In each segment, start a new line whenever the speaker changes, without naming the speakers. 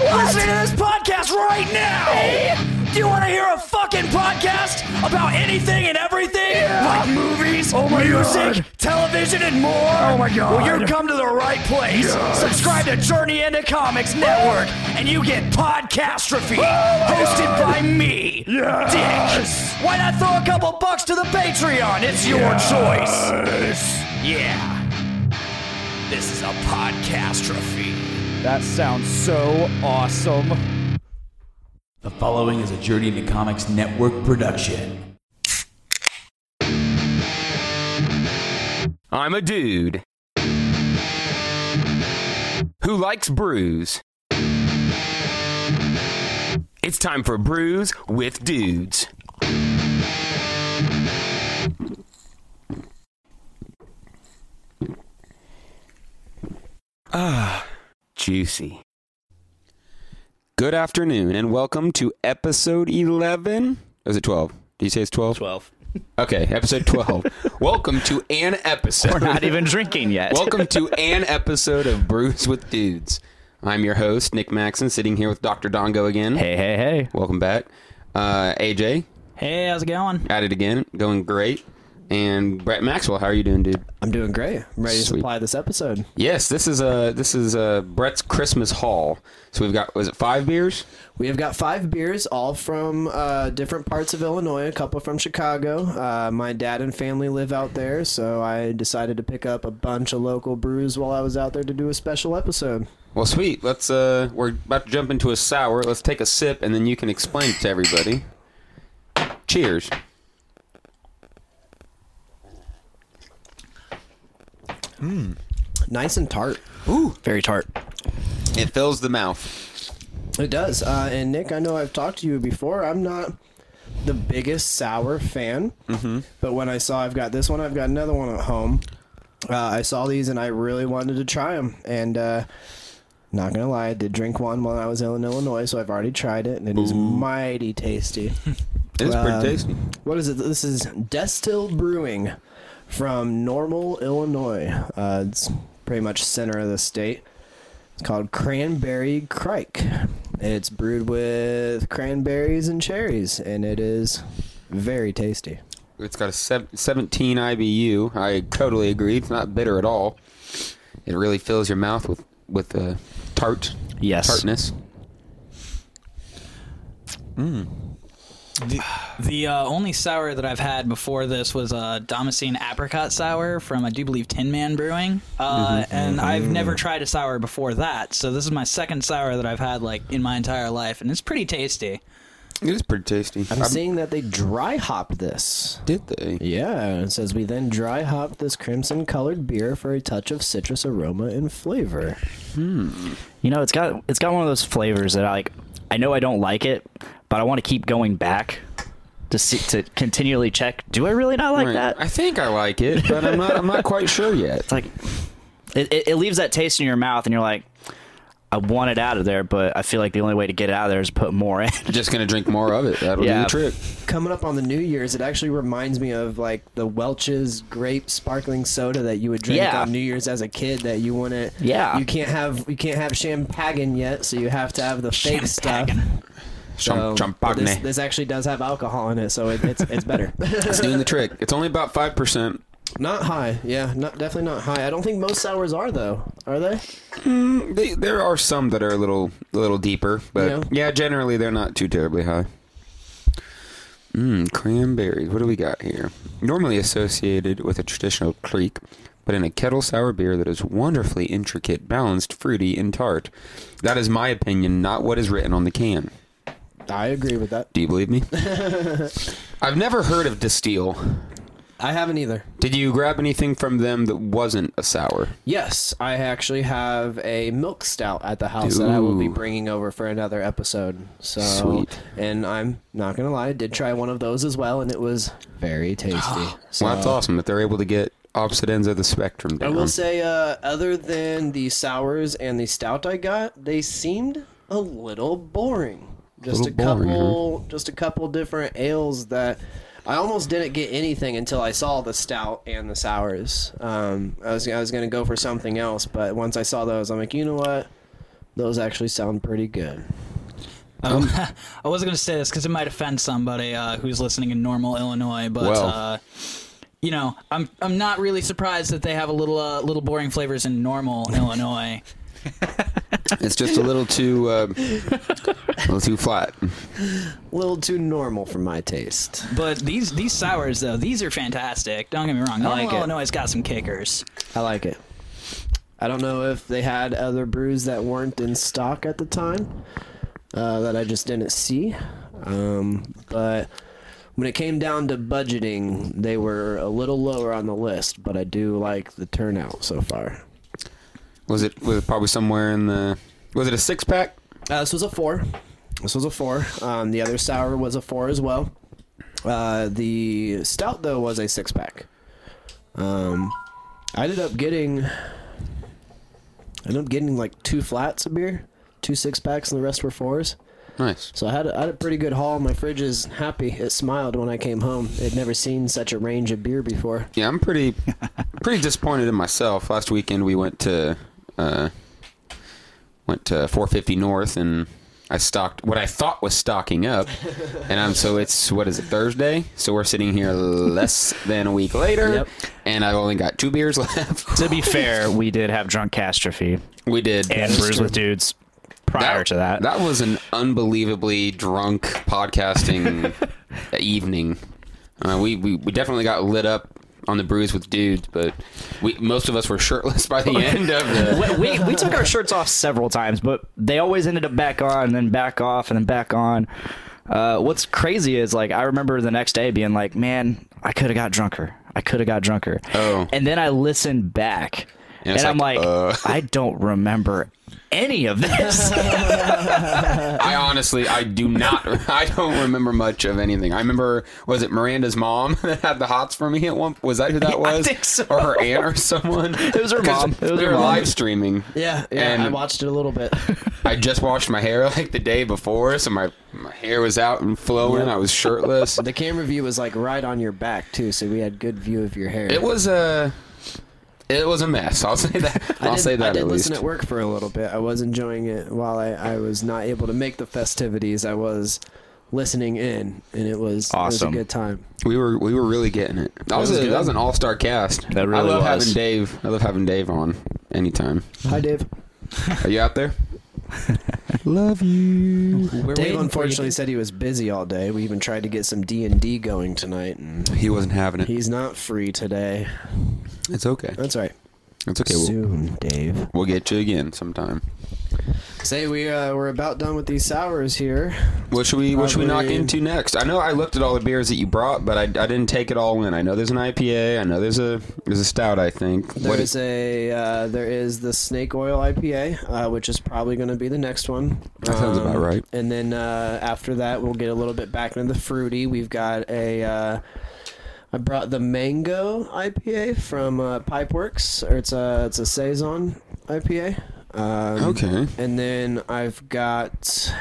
Listen to this podcast right now. Do you want to hear a fucking podcast about anything and everything? Like movies, oh my music, television, and more? Oh
my God.
Well, you've come to the right place. Subscribe to Journey into Comics Network, and you get Podcastrophe, hosted by me, Dick. Why not throw a couple bucks to the Patreon? It's your choice. Yeah. This is a podcastrophe.
That sounds so awesome.
The following is a Journey into Comics Network production.
I'm a dude who likes brews. It's time for Brews with Dudes. Ah, juicy. Good afternoon and welcome to episode 11. Or is it 12? Do you say it's 12?
12.
Okay, episode 12. welcome to an episode.
We're not even drinking yet.
Welcome to an episode of Brews with Dudes. I'm your host, Nick Maxon, sitting here with Dr. Dongo again.
Hey, hey, hey.
Welcome back. Uh, AJ,
Hey, how's it going?
at it again, going great. And Brett Maxwell, how are you doing, dude?
I'm doing great. I'm ready
Sweet.
to supply this episode.
Yes, this is uh this is uh Brett's Christmas haul. So we've got was it five beers?
We have got five beers, all from uh, different parts of Illinois. A couple from Chicago. Uh, my dad and family live out there, so I decided to pick up a bunch of local brews while I was out there to do a special episode.
Well, sweet. Let's uh we're about to jump into a sour. Let's take a sip and then you can explain it to everybody. Cheers.
Nice and tart.
Very tart.
It fills the mouth.
It does. Uh, and Nick, I know I've talked to you before. I'm not the biggest sour fan, mm-hmm. but when I saw I've got this one, I've got another one at home. Uh, I saw these and I really wanted to try them. And uh, not gonna lie, I did drink one when I was in Illinois, so I've already tried it, and it is mighty tasty.
It's
Um,
pretty tasty.
what is it? This is Destil Brewing from Normal, Illinois. Uh, it's pretty much center of the state. It's called Cranberry Crike. It's brewed with cranberries and cherries, and it is very tasty.
It's got a sev- 17 IBU. I totally agree. It's not bitter at all. It really fills your mouth with with uh, tart
Yes.
tartness.
The, the uh, only sour that I've had before this was a Damascene apricot sour from I do believe Tin Man Brewing, uh,
Mm-hmm,
and I've never tried a sour before that. So this is my second sour that I've had like in my entire life, and it's pretty tasty.
It is pretty tasty.
I'm seeing that they dry hopped this.
did they?
Yeah, it says we then dry hopped this crimson colored beer for a touch of citrus aroma and flavor.
You know, it's got it's got one of those flavors that I like. I know I don't like it, but I want to keep going back to see to continually check. Do I really not like
Right.
that?
I think I like it, but I'm not. I'm not quite sure yet.
It's like it, it, it leaves that taste in your mouth, and you're like, I want it out of there, but I feel like the only way to get it out of there is put more in.
Just gonna drink more of it. That'll
Yeah.
do the trick.
coming up on the New Year's, it actually reminds me of like the Welch's grape sparkling soda that you would drink
Yeah.
on New Year's as a kid. That you wouldn't.
Yeah.
You can't have you can't have champagne yet, so you have to have the fake stuff. So,
Chum-
but
champagne.
this, this actually does have alcohol in it, so it, it's it's better.
It's doing the trick. It's only about five percent.
not high, yeah, not definitely not high. I don't think most sours are though. Are they?
There are some that are a little, a little deeper, but
Yeah.
yeah, generally they're not too terribly high. Mmm, cranberries. What do we got here? Normally associated with a traditional creek, but in a kettle sour beer that is wonderfully intricate, balanced, fruity, and tart. That is my opinion, not what is written on the can.
I agree with that.
Do you believe me? I've never heard of Distill.
I haven't either.
Did you grab anything from them that wasn't a sour?
Yes, I actually have a milk stout at the house that I will be
Ooh.
bringing over for another episode. So,
Sweet.
and I'm not gonna lie, I did try one of those as well, and it was very tasty. so,
Well, that's awesome that they're able to get opposite ends of the spectrum
I
down.
will say, uh, other than the sours and the stout I got, they seemed a little boring. Just a,
Little boring, huh?
couple, just a couple different ales that. I almost didn't get anything until I saw the stout and the sours. Um, I was I was gonna go for something else, but once I saw those, I'm like, you know what? Those actually sound pretty good.
I wasn't going to say this because it might offend somebody uh, who's listening in normal Illinois, but
Well.
uh, you know, I'm I'm not really surprised that they have a little uh, little boring flavors in normal Illinois.
It's just a little too, uh, a little too flat.
A little too normal for my taste.
But these these sours though, these are fantastic. Don't get me wrong.
like
normal
it.
Illinois's got some kickers.
I like it. I don't know if they had other brews that weren't in stock at the time uh, that I just didn't see. Um, but when it came down to budgeting, they were a little lower on the list, but I do like the turnout so far.
Was it? Was it probably somewhere in the? Was it a six pack?
Uh, this was a four. This was a four. Um, the other sour was a four as well. Uh, the stout though was a six pack. Um, I ended up getting, I ended up getting like two flats of beer, two six packs, and the rest were fours.
Nice.
So I had a, I had a pretty good haul. My fridge is happy. It smiled when I came home. It would never seen such a range of beer before.
Yeah, I'm pretty, pretty disappointed in myself. Last weekend we went to, uh, went to 450 North, and I stocked what I thought was stocking up, and I'm so it's what is it Thursday? So we're sitting here less than a week later,
Yep.
and I've only got two beers left.
To be fair, we did have drunk catastrophe
we did
and brews with dudes prior to that.
That was an unbelievably drunk podcasting evening. Uh, we, we we definitely got lit up on the brews with dudes, but we most of us were shirtless by the end of the.
we, we, we took our shirts off several times, but they always ended up back on, and then back off, and then back on. Uh, what's crazy is like I remember the next day being like, "Man, I could have got drunker. I could have got drunker."
Oh.
and then I listened back,
And
and,
it's
I'm
like,
like,
uh.
"I don't remember any of this."
I honestly, I do not, I don't remember much of anything. I remember, was it Miranda's mom that had the hots for me at one? Was that who that
I
was?
think so.
Or her aunt or someone? It
was her mom. It was
we
her
were
mom.
live streaming.
Yeah, yeah.
And
I watched it a little bit.
I just washed my hair like the day before, so my my hair was out and flowing. I was shirtless.
the camera view was like right on your back too, so we had good view of your hair.
It was a it was a mess. I'll say that.
I
I'll
did,
say that
I did
at least.
listen at work for a little bit. I was enjoying it while I, I was not able to make the festivities. I was listening in, and it was
Awesome.
It was a good time.
we were we were really getting it. That was,
was
a, that
good.
was an all star cast.
That really
I love
was.
having Dave. I love having Dave on anytime.
Hi, Dave.
Are you out there?
Dave unfortunately said he was busy all day. We even tried to get some D and D going tonight, and
He wasn't having it.
he's not free today.
It's okay.
That's all right.
It's okay. We'll,
Soon, Dave.
we'll get you again sometime.
Say we uh, we're about done with these sours here.
What should we What should we knock
Probably-
into next? I know I looked at all the beers that you brought, but I, I didn't take it all in. I know there's an IPA. I know there's a there's a stout. I think.
There is a uh, there is the snake oil IPA, uh, which is probably going to be the next one. Um,
That sounds about right.
And then uh, after that, we'll get a little bit back into the fruity. We've got a. Uh, I brought the mango IPA from uh, Pipeworks, or it's a it's a saison IPA. Um,
Okay.
And then I've got.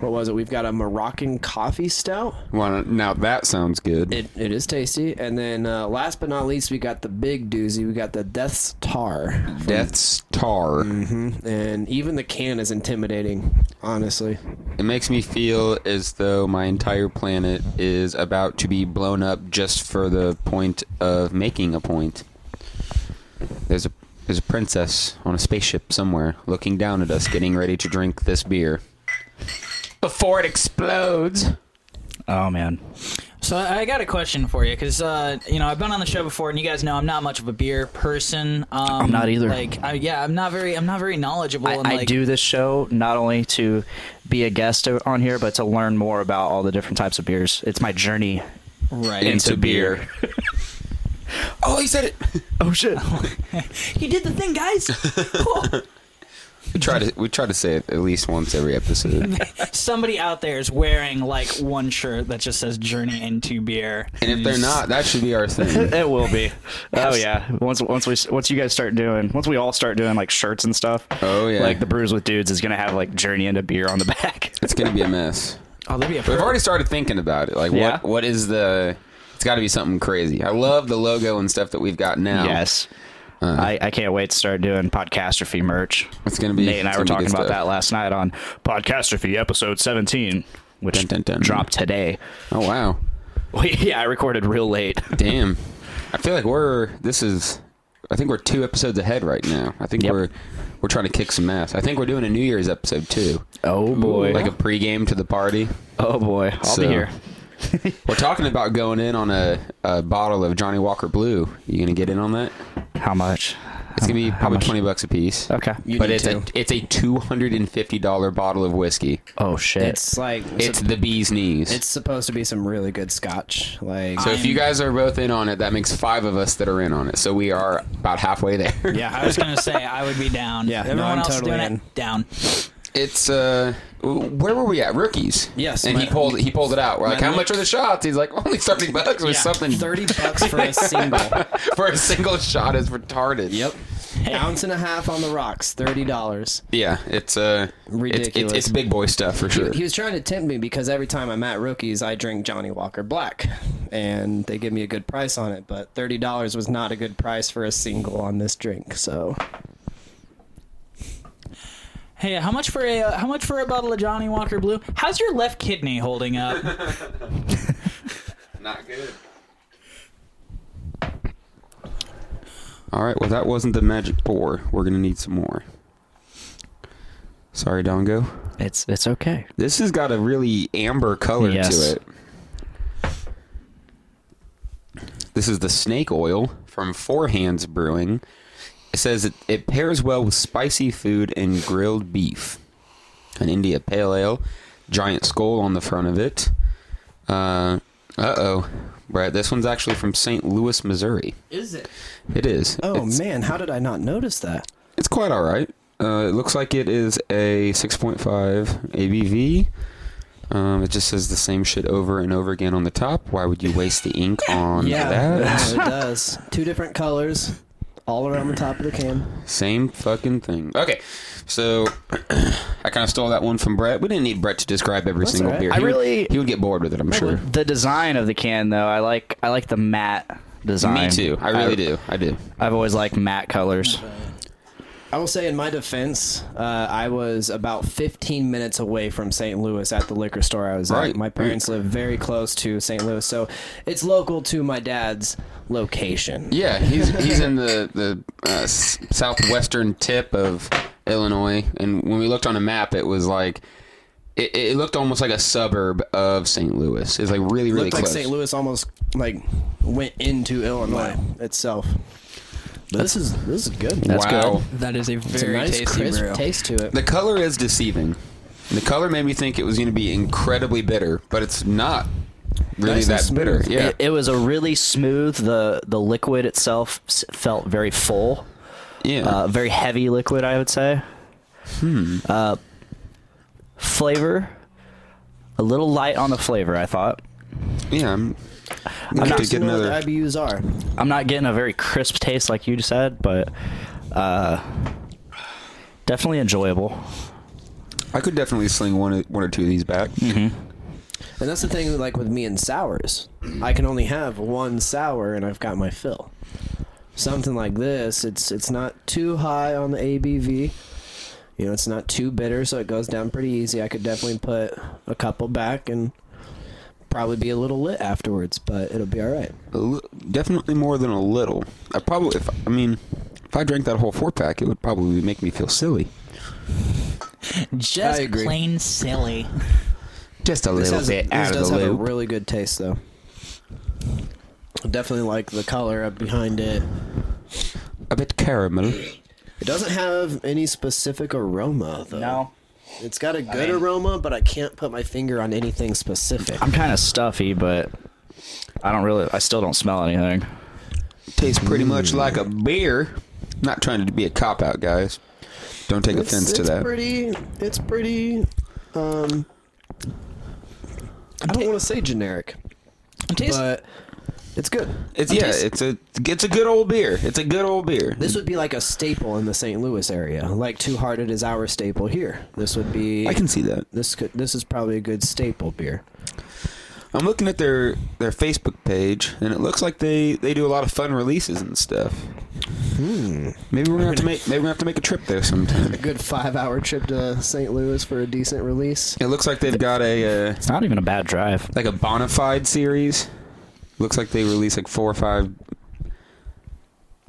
What was it? We've got a Moroccan coffee stout.
Well, now that sounds good.
It, it is tasty. And then uh, last but not least, we got the big doozy. We got the Death's Tar.
Death's Tar.
Mm. and even the can is intimidating honestly
It makes me feel as though my entire planet is about to be blown up just for the point of making a point. There's a there's a princess on a spaceship somewhere looking down at us getting ready to drink this beer. Before it explodes.
oh man,
So I I got a question for you because uh, you know I've been on the show before, and you guys know I'm not much of a beer person. Um, I'm
not either.
Like, I, yeah, I'm not very, I'm not very knowledgeable.
I,
in,
I
like,
do this show not only to be a guest on here, but to learn more about all the different types of beers. It's my journey.
right.
Into beer.
oh, he said it.
Oh shit!
you did the thing, guys.
We try to we try to say it at least once every episode.
Somebody out there is wearing like one shirt that just says "Journey into Beer."
and if they're not, that should be our thing.
It will be. Oh yeah. Once once we once you guys start doing once we all start doing like shirts and stuff.
Oh, yeah.
Like the brews with dudes is gonna have like journey into beer on the back.
It's gonna be a mess.
oh, that'd be a
We've
per-
already started thinking about it. Like,
Yeah.
what what is the? It's got to be something crazy. I love the logo and stuff that we've got now.
Yes. I, I can't wait to start doing podcastrophe merch.
It's Uh-huh. gonna be-
Nate and
it's
I were
gonna be
talking
good
about
stuff.
that last night on podcastrophe episode seventeen, which
Dun, dun, dun.
dropped today.
Oh wow,
Well, yeah, I recorded real late.
damn! I feel like we're this is. I think we're two episodes ahead right now. I think
Yep.
we're we're trying to kick some ass. I think we're doing a New Year's episode too,
Oh boy!
like a pregame to the party.
oh boy! I'll
So-
be here.
We're talking about going in on a, a bottle of Johnny Walker Blue. You gonna get in on that?
How much?
It's gonna be probably twenty bucks a piece.
Okay.
You
but
need
it's
to.
a it's a two hundred and fifty dollar bottle of whiskey.
Oh shit!
It's like
It's the bee's knees.
It's supposed to be some really good scotch. Like
so if you guys are both in on it, that makes five of us that are in on it. So we are about halfway there.
yeah,
I was gonna say I would be down.
Yeah, no,
everyone
I'm
else
totally
doing
in.
it down.
It's uh, where were we at? Rookies.
Yes,
And he
my-
pulled he pulled it out. We're like,
my
how much are the shots? He's like, only thirty bucks or something.
Thirty bucks for a single
for a single shot is retarded. Yep.
ounce and a half on the rocks. Thirty dollars.
Yeah, it's uh, it's- It's,
Ridiculous.
it's big boy stuff for sure.
He was trying to tempt me because every time I'm at Rookies, I drink Johnny Walker Black, and they give me a good price on it. But thirty dollars was not a good price for a single on this drink. So
Hey, how much for a uh, how much for a bottle of Johnny Walker Blue? How's your left kidney holding up?
Not good. All right. Well, that wasn't the magic pour. We're gonna need some more. Sorry, Dongo.
it's it's okay.
This has got a really amber color
Yes.
to it. This is the snake oil from Four Hands Brewing. It says it, it pairs well with spicy food and grilled beef. An India Pale Ale, giant skull on the front of it. Uh oh, Brett. This one's actually from St. Louis, Missouri. Is it? It is.
Oh
it's,
man, how did I not notice that?
it's quite all right. Uh, it looks like it is a 6.5 ABV. Um, it just says the same shit over and over again on the top. Why would you waste the ink on that?
it does. Two different colors, all around the top of the can.
Same fucking thing. Okay, so I kind of stole that one from Brett. We didn't need Brett to describe every single
all right.
beer.
I
He would-
really-
he would get bored with it. I'm sure.
The design of the can though, I like I like the matte design.
Me too. I really do. I do.
I've always liked matte colors.
I will say, in my defense, uh, I was about 15 minutes away from St. Louis at the liquor store I was
Right,
at. My parents live very close to St. Louis, so it's local to my dad's location.
Yeah, he's he's in the the uh, s- southwestern tip of Illinois, and when we looked on a map, it was like it, it looked almost like a suburb of St. Louis. It's like really really
Looked like
close.
St. Louis almost like went into Illinois itself. But this is this is good.
That's
wow,
that is a
It's a
very
nice
tasty
crisp
brew.
taste to it.
the color is deceiving. The color made me think it was going to be incredibly bitter, but it's not really
Nice and
that bitter.
smooth.
Yeah,
It, it was a really smooth. The the liquid itself s- felt very full,
yeah.
uh, very heavy liquid. I would say. Hmm. Uh, flavor, a little light on the flavor. I thought.
yeah, I'm.
I'm
I'm
not
to get
sure what
another.
the IBUs are.
I'm not getting a very crisp taste like you said, but uh, definitely enjoyable.
I could definitely sling one one or two of these back.
Mm-hmm. And that's the thing, like with me and sours, I can only have one sour, and I've got my fill. Something like this, it's it's not too high on the ABV. You know, it's not too bitter, so it goes down pretty easy. I could definitely put a couple back and probably be a little lit afterwards, but it'll be all right.
A li- definitely more than a little. I probably, if I mean, if I drank that whole four pack, it would probably make me feel silly.
Just
I agree.
plain silly.
Just a
This,
little
has,
bit
this
out of
does
the
have a
loop.
really good taste, though. I definitely like the color up behind it.
a bit caramel.
It doesn't have any specific aroma, though. It's got a good aroma, but I can't put my finger on anything specific.
I'm kind of stuffy, but I don't really. I still don't smell anything.
Tastes pretty much like a beer. Not trying to be a cop out, guys. Don't take
It's,
offense to
it's
that.
pretty. It's pretty. Um, I don't want to say generic,
It tastes-
but it's good.
it's yeah, it's a it's a good old beer. It's a good old beer.
This would be like a staple in the St. Louis area. Like Two Hearted is our staple here. This would be.
I can see that.
This could. This is probably a good staple beer.
I'm looking at their their Facebook page, and it looks like they they do a lot of fun releases and stuff. Maybe we're gonna have to make maybe we have to make a trip there sometime.
A good five-hour trip to St. Louis for a decent release.
It looks like they've got a uh,
It's not even a bad drive.
like a bona fide series. Looks like they release like four or five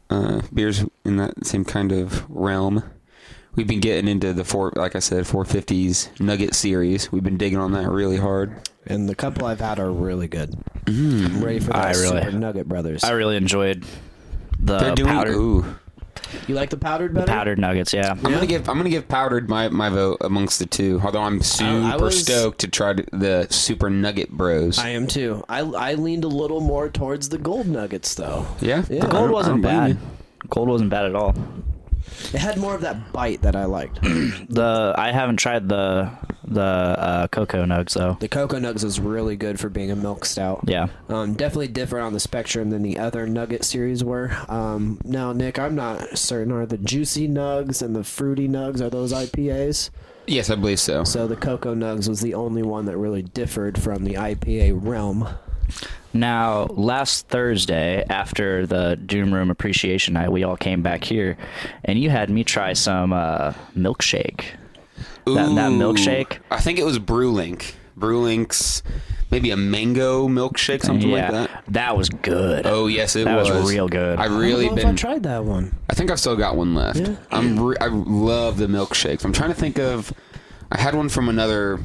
uh, beers in that same kind of realm. We've been getting into the four, like I said, 450s Nugget series. We've been digging on that really hard.
And the couple I've had are really good.
Mm-hmm.
I'm ready for
I
those
really-
Super Nugget Brothers.
I really enjoyed the
They're doing
powdered,
ooh.
you like the powdered better?
powdered nuggets. Yeah,
I'm gonna give I'm gonna give powdered my, my vote amongst the two. Although I'm super
I- I was-
stoked to try to, the Super Nugget Bros.
I am too. I, I leaned a little more towards the gold nuggets though.
yeah,
Yeah.
I don't-
The gold
I
gold
don't
wasn't
blame
bad.
you.
Gold wasn't bad at all.
It had more of that bite that I liked.
The I haven't tried the the uh, cocoa nugs though.
The cocoa nugs is really good for being a milk stout.
Yeah.
Um, definitely different on the spectrum than the other nugget series were. Um, now, Nick, I'm not certain. Are the juicy nugs and the fruity nugs are those IPAs?
Yes, I believe so.
So the cocoa nugs was the only one that really differed from the IPA realm.
Now, last Thursday after the Doom Room Appreciation Night, we all came back here, and you had me try some uh, milkshake. That, that
Ooh.
milkshake.
I think it was Brewlink. Brewlink's maybe a mango milkshake, something
yeah,
like that.
was good.
Oh yes, it
That
was.
was real good.
I really
I don't know
been. I,
if I tried that one.
think I've still got one left.
Yeah.
I'm. Re- I love the milkshakes. I'm trying to think of. I had one from another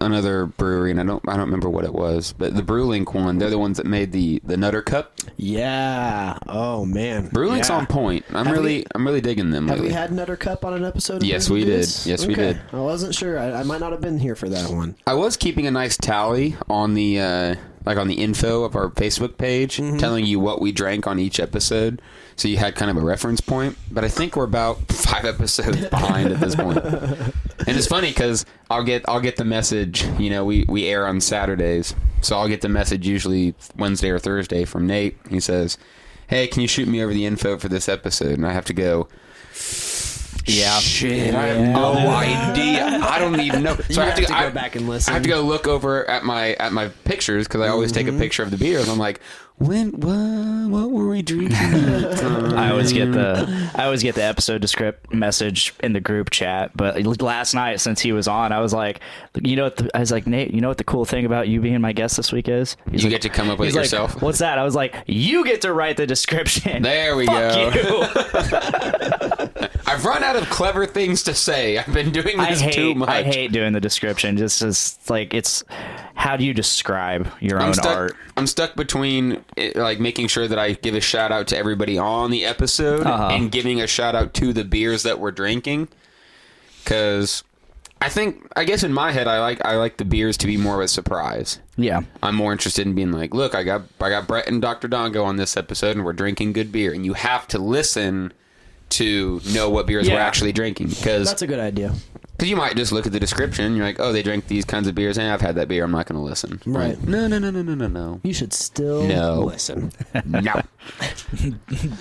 another brewery, and I don't. I don't remember what it was, but the Brewlink one. They're the ones that made the the Nutter Cup.
Yeah. Oh man.
Brewlink's
Yeah.
on point. I'm
Have
really.
we-
I'm really digging them.
Have
lately.
we had Nutter Cup on an episode? Of
Yes,
Brews
we
and
did.
Dudes?
Yes, we
Okay.
did.
I wasn't sure. I, I might not have been here for that one.
I was keeping a nice tally on the uh, like on the info of our Facebook page, telling you what we drank on each episode, so you had kind of a reference point. But I think we're about five episodes behind at this point. And it's funny because I'll get I'll get the message. You know, we we air on Saturdays, so I'll get the message usually Wednesday or Thursday from Nate. He says, "Hey, can you shoot me over the info for this episode?" And I have to go.
Yeah.
Shit, I have no idea. I don't even know. So I have,
have to go
I-
back and listen.
I have to go look over at my at my pictures because I always take a picture of the beers. I'm like, when what, what were we drinking? that time?"
I always get the I always get the episode descript message in the group chat. But last night, since he was on, I was like, you know, what the, I was like, Nate, you know what the cool thing about you being my guest this week is? He's
you
like,
get to come up with it
he's like,
yourself.
What's that? I was like, you get to write the description.
there we
Fuck
go.
you.
I've run out of clever things to say. I've been doing
I
this too
hate
much.
I hate doing the description. Just as like it's how do you describe your
I'm
own
stuck.
art?
I'm stuck between it, like making sure that I give a shout out to everybody on the episode
Uh-huh.
and giving a shout out to the beers that we're drinking. Because I think, I guess in my head, I like I like the beers to be more of a surprise.
Yeah.
I'm more interested in being like, look, I got I got Brett and Dr. Dongo on this episode, and we're drinking good beer, and you have to listen to know what beers we're
Yeah.
actually drinking because
That's a good idea.
you might just look at the description and you're like, oh, they drink these kinds of beers, and I've had that beer, I'm not going to listen.
Right.
No, no, no, no, no, no, no.
You should still
No.
listen.
No.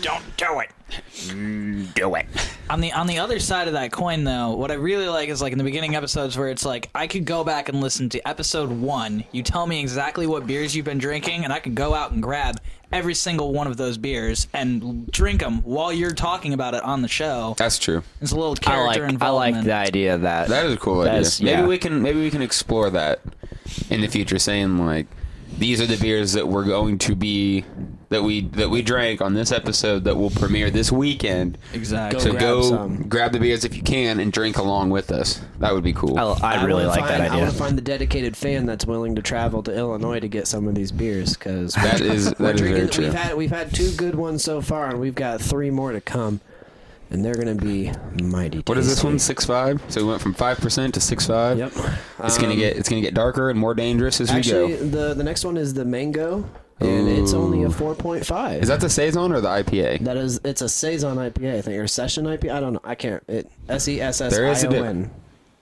Don't do it.
Do it.
On the on the other side of that coin, though, what I really like is like in the beginning episodes where it's like I could go back and listen to episode one. You tell me exactly what beers you've been drinking, and I could go out and grab every single one of those beers and drink them while you're talking about it on the show.
That's true.
It's a little
I
character
like I
involvement.
like the idea of that
That is a cool idea.
That's- yeah.
Maybe we can maybe we can explore that in the future, saying like these are the beers that we're going to be that we that we drank on this episode that will premiere this weekend.
Exactly.
so
grab
go
some.
grab the beers if you can and drink along with us. That would be cool.
I, I really
wanna
like
find-
that
I
idea.
want to find the dedicated fan that's willing to travel to Illinois to get some of these beers because
that is that is very true.
We've had we've had two good ones so far, and we've got three more to come, and they're gonna be mighty.
what is this
tasty.
one? Six five. So we went from five percent to six five.
Yep.
It's gonna
Um,
get it's gonna get darker and more dangerous as
Actually,
we go.
the the next one is the mango, and it's only a four point five.
Is that the saison or the IPA?
that is it's a saison IPA, I think, or session IPA. I don't know. I can't. It S E S S
There is
I
a
O
di-
N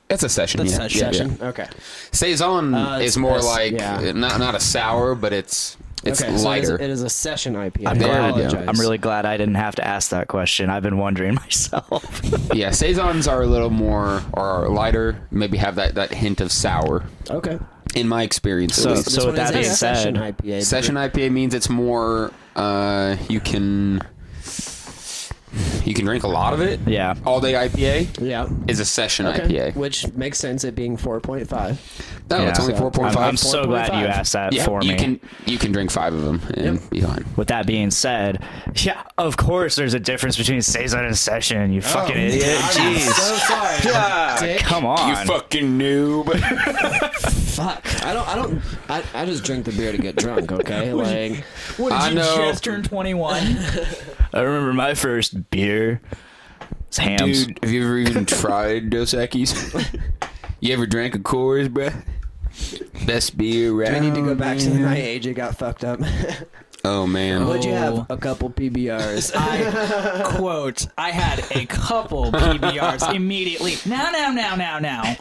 It's a session.
That's
yeah.
session.
Yeah, yeah.
session. Okay.
Saison
Uh, it's-
is more
it's-
like uh,
yeah.
not not a sour, but it's it's
okay.
lighter.
So it, is, it is a session IPA.
I'm
I
glad-
apologize.
I'm really glad I didn't have to ask that question. I've been wondering myself.
yeah, saisons are a little more or are lighter. Maybe have that that hint of sour.
okay.
In my experience, at
So-
least.
so- with
This one
that
is a
being
session
said,
IPA.
session IPA means it's more. Uh, you can. You can drink a lot of it.
Yeah.
All day IPA
Yeah.
is a session
Okay.
IPA.
Which makes sense. It being four point five.
No, it's
Yeah.
only
So-
four point
I'm, I'm
five.
so glad you asked that
yeah,
for
you
me.
can you can drink five of them and
Yep.
be fine.
With that being said, yeah, of course there's a difference between saison and session.
Oh,
You fucking idiot. Jeez.
So sorry. Dick.
Come on.
fucking noob.
Fuck. I don't. I don't. I, I just drink the beer to get drunk. Okay. like.
What did
I
you
know.
just turn 21?
I remember my first beer. It's hams.
Dude, have you ever even tried Dos Equis? you ever drank a Coors, bruh? Best beer around.
I need to go back to
Oh,
the night AJ got fucked up.
Oh man.
What'd you
Oh.
have? A couple PBRs.
I quote, I had a couple PBRs immediately. Now, now, now, now, now.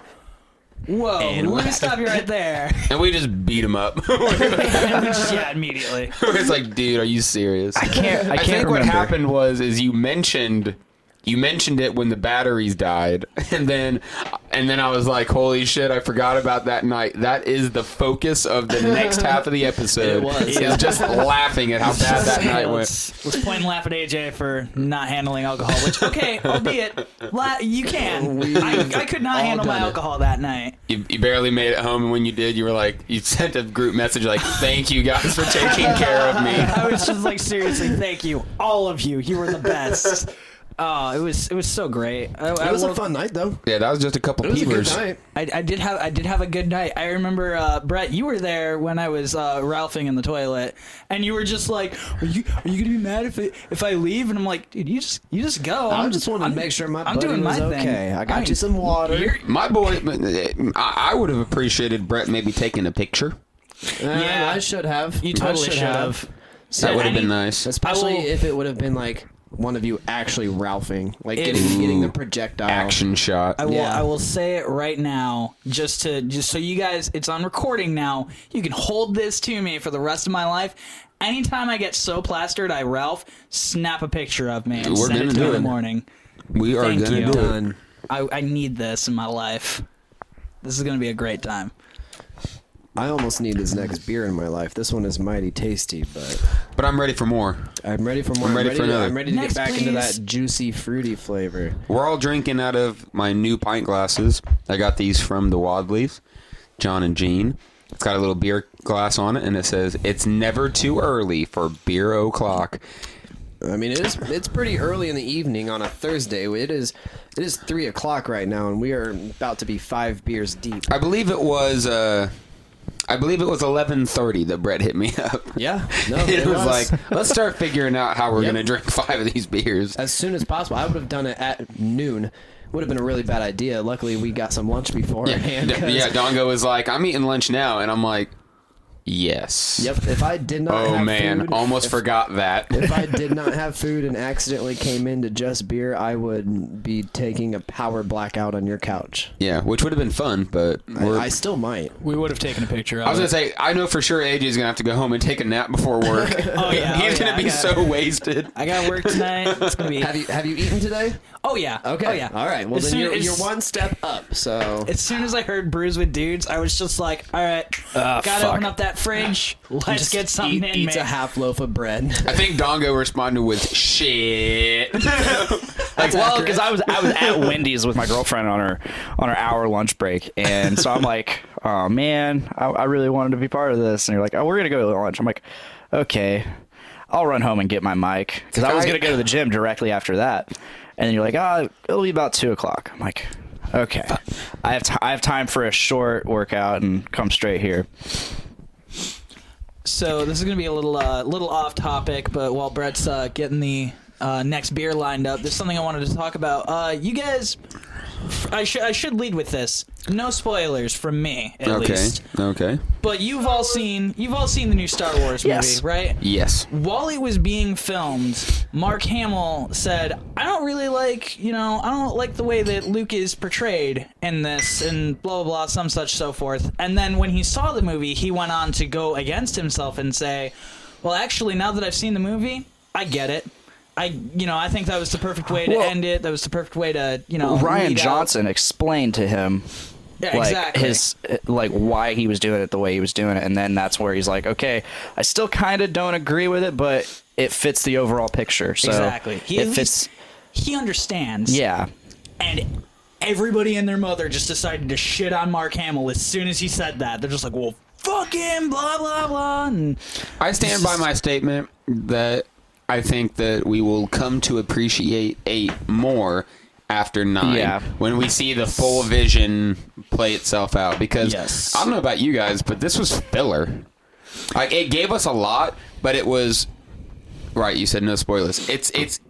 Whoa, let me stop you right there.
And we just beat him up.
yeah, immediately.
it's like, dude, are you serious? I
can't- I can't
think what
remember.
happened was is you mentioned you mentioned it when the batteries died, and then and then I was like, holy shit, I forgot about that night. That is the focus of the next half of the episode.
It was,
is just laughing at how bad that night went.
Let's, let's point and laugh at AJ for not handling alcohol, which, okay, albeit, la- you can. I, I could not handle my
done it.
alcohol that night.
you, you barely made it home, and when you did, you were like, you sent a group message like, "Thank you guys for taking care of me."
I was just like, seriously, thank you, all of you. You were the best. Oh, it was it was so great. I, I
It was a
woke-
fun night though.
Yeah, that was just a couple
It was a good
peepers.
night.
I, I did have I did have a good night. I remember uh, Brett, you were there when I was uh, Ralphing in the toilet, and you were just like, "Are you are you gonna be mad if I, if I leave?" And I'm like, "Dude, you just you just go."
I just wanted to make sure my
I'm
buddy
doing
was
my
okay.
thing.
I got
I-
you some water.
You're-
My boy, I I would have appreciated Brett maybe taking a picture.
Yeah.
yeah, I should have.
You
I
totally should have.
That would have
I
been
need-
nice.
Especially
will-
if it would have been like one of you actually ralphing, like
If-
getting getting the projectile.
Action shot.
I will
Yeah.
I will say it right now, just to just so you guys, it's on recording now. You can hold this to me for the rest of my life. Anytime I get so plastered, I Ralph snap a picture of me and
We're
send
gonna
it to
do
me in the
it.
morning.
We are
Thank
gonna
you.
do it.
Done.
I, I need this in my life. This is gonna be a great time.
I almost need this next beer in my life. This one is mighty tasty, but
But I'm ready for more.
I'm ready for more.
I'm ready for
to,
another.
I'm ready to
Next,
get back into
please.
that juicy, fruity flavor.
We're all drinking out of my new pint glasses. I got these from the Wadleys, John and Jean. It's got a little beer glass on it, and it says, "It's never too early for beer o'clock."
I mean, it is. It's pretty early in the evening on a Thursday. It is. It is three o'clock right now, and we are about to be five beers deep.
I believe it was. Uh, I believe it was eleven thirty that Brett hit me up.
Yeah, no,
it,
it
was,
was.
like let's start figuring out how we're
Yep.
gonna drink five of these beers.
as soon as possible. I would have done it at noon. Would have been a really bad idea. Luckily, we got some lunch
yeah,
beforehand.
D-
'cause-
yeah, Dongo was like, I'm eating lunch now, and I'm like, yes.
Yep. If I did not.
Oh
have
man,
food-
almost
if-
forgot that.
If I did not have food and accidentally came into just beer, I would be taking a power blackout on your couch.
yeah, which would have been fun, but
I,
we're. I,
I still might.
We would have taken a picture of
was gonna say, I know for sure AJ's gonna have to go home and take a nap before work.
Oh yeah,
He's
oh, yeah,
gonna
I
be
got,
so wasted.
I got work tonight. It's gonna be.
Have you Have you eaten today?
oh yeah.
Okay.
Oh yeah.
All right. Well,
as
then
soon,
you're,
as,
you're one step up. So
As soon as I heard brews with dudes, I was just like, all right, gotta
fuck.
open up that fridge. Let's
Ah, Just
get something
eat,
in
eats
me.
a half loaf of
I
bread.
think Dongo responded with shit.
Like, well, because I was I was at Wendy's with my girlfriend on her on her hour lunch break, and so I'm like, oh man, I, I really wanted to be part of this, and you're like, oh, we're gonna go to lunch. I'm like, okay, I'll run home and get my mic because I was gonna go to the gym directly after that, and then you're like, oh, it'll be about two o'clock. I'm like, okay, I have t- I have time for a short workout and come straight here.
So this is gonna be a little uh, little off topic, but while Brett's uh, getting the uh, next beer lined up, there's something I wanted to talk about. Uh, you guys, I should I should lead with this. No spoilers from me, at least.
Okay.
But you've all seen you've all seen the new Star Wars movie,
Yes.
right?
Yes.
While it was being filmed, Mark Hamill said, "I don't really like, you know, I don't like the way that Luke is portrayed in this, and blah blah blah, some such so forth." And then when he saw the movie, he went on to go against himself and say, "Well, actually, now that I've seen the movie, I get it. I, you know, I think that was the perfect way to
Well-
end it. That was the perfect way to, you know,
Ryan
lead out-
Johnson explained to him
Yeah,
like
exactly.
his like why he was doing it the way he was doing it and then that's where he's like okay I still kind of don't agree with it but it fits the overall picture so
Exactly. He
it
at
fits
least he understands.
Yeah.
And everybody and their mother just decided to shit on Mark Hamill as soon as he said that. They're just like, well, fuck him, blah, blah, blah. And
I stand by my statement that I think that we will come to appreciate eight more after nine
Yeah.
when we see the full vision play itself out. Because
Yes.
I don't know about you guys, but this was filler. Like it gave us a lot, but it was right. You said no spoilers. It's it's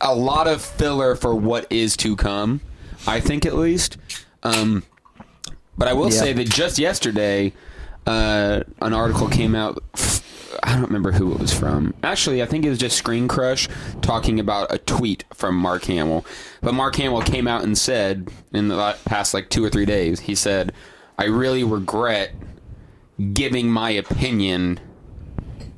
a lot of filler for what is to come. I think at least. Um, but I will say that just yesterday, uh, an article came out. I don't remember who it was from. Actually, I think it was just Screen Crush talking about a tweet from Mark Hamill. But Mark Hamill came out and said in the la- past like two or three days, he said, "I really regret giving my opinion."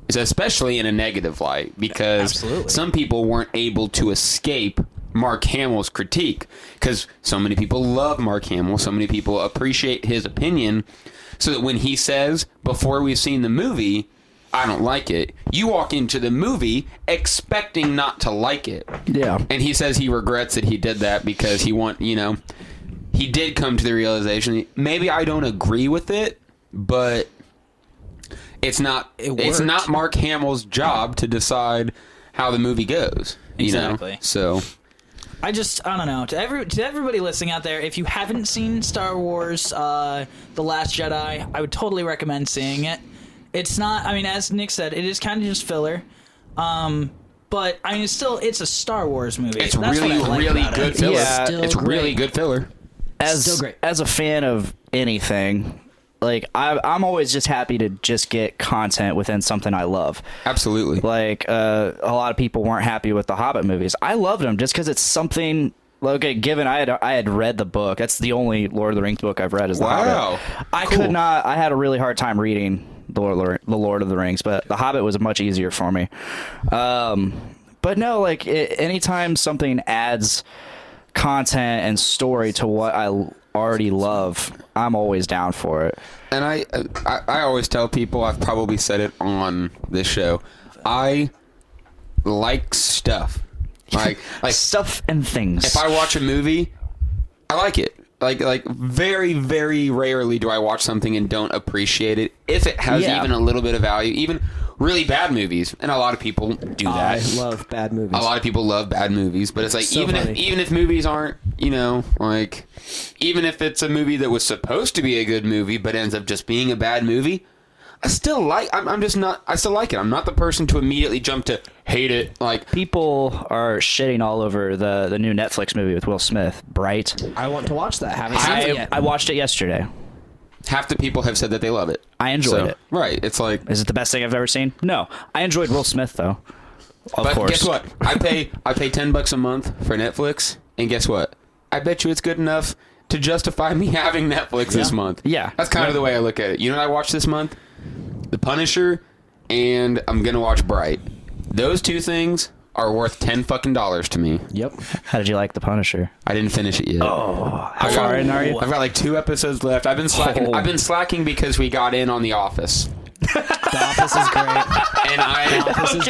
Especially in a negative light, because
Absolutely.
some people weren't able to escape Mark Hamill's critique because so many people love Mark Hamill, so many people appreciate his opinion. So that when he says, before we've seen the movie, I don't like it, you walk into the movie expecting not to like it.
Yeah.
And he says he regrets that he did that because he want, you know, he did come to the realization maybe I don't agree with it, but it's not
It
it's
worked.
not Mark Hamill's job to decide how the movie goes. You
Exactly.
Know? So
I just I don't know to every to everybody listening out there. If you haven't seen Star Wars: uh, The Last Jedi, I would totally recommend seeing it. It's not. I mean, as Nick said, it is kind of just filler. Um, but I mean, it's still it's a Star Wars movie.
it's
That's what
really,
I like
really
about it.
good filler.
Yeah.
Still
it's really
great.
good filler.
as
Still great.
as a fan of anything, like I, I'm always just happy to just get content within something I love.
Absolutely.
Like uh, a lot of people weren't happy with the Hobbit movies. I loved them just because it's something. Okay, given I had I had read the book. That's the only Lord of the Rings book I've read. Is the
Wow.
Hobbit. I
Cool.
could not. I had a really hard time reading the Lord, of the Ri- the Lord of the Rings, but the Hobbit was much easier for me. Um, but no, like it, anytime something adds content and story to what I l- already love, I'm always down for it.
and I, I I always tell people I've probably said it on this show. I like stuff. Like like
Stuff and things.
if I watch a movie, I like it. Like like very very rarely do I watch something and don't appreciate it if it has
Yeah.
even a little bit of value. Even really bad movies, and a lot of people do
I
that.
love bad movies.
a lot of people love bad movies, but it's like
So
even if,
funny.
even if movies aren't, you know, like even if it's a movie that was supposed to be a good movie but ends up just being a bad movie, I still like. I'm, I'm just not. I still like it. I'm not the person to immediately jump to hate it. Like
People are shitting all over the, the new Netflix movie with Will Smith, Bright.
I want to watch that. Haven't seen it
I,
yet.
I watched it yesterday.
half the people have said that they love it.
I enjoyed
So,
it.
Right. It's like
Is it the best thing I've ever seen? No. I enjoyed Will Smith though. Of
But
course.
guess what? I pay I pay ten bucks a month for Netflix, and guess what? I bet you it's good enough to justify me having Netflix this month.
Yeah.
that's kind of the way I look at it. You know what I watched this month? The Punisher, and I'm gonna watch Bright. Those two things are worth ten fucking dollars to me.
Yep.
How did you like The Punisher?
I didn't finish it yet. Oh, how
far in are you?
I've got like two episodes left. I've been slacking.
Oh.
I've been slacking because we got in on The Office,
The Office is great.
and I
This is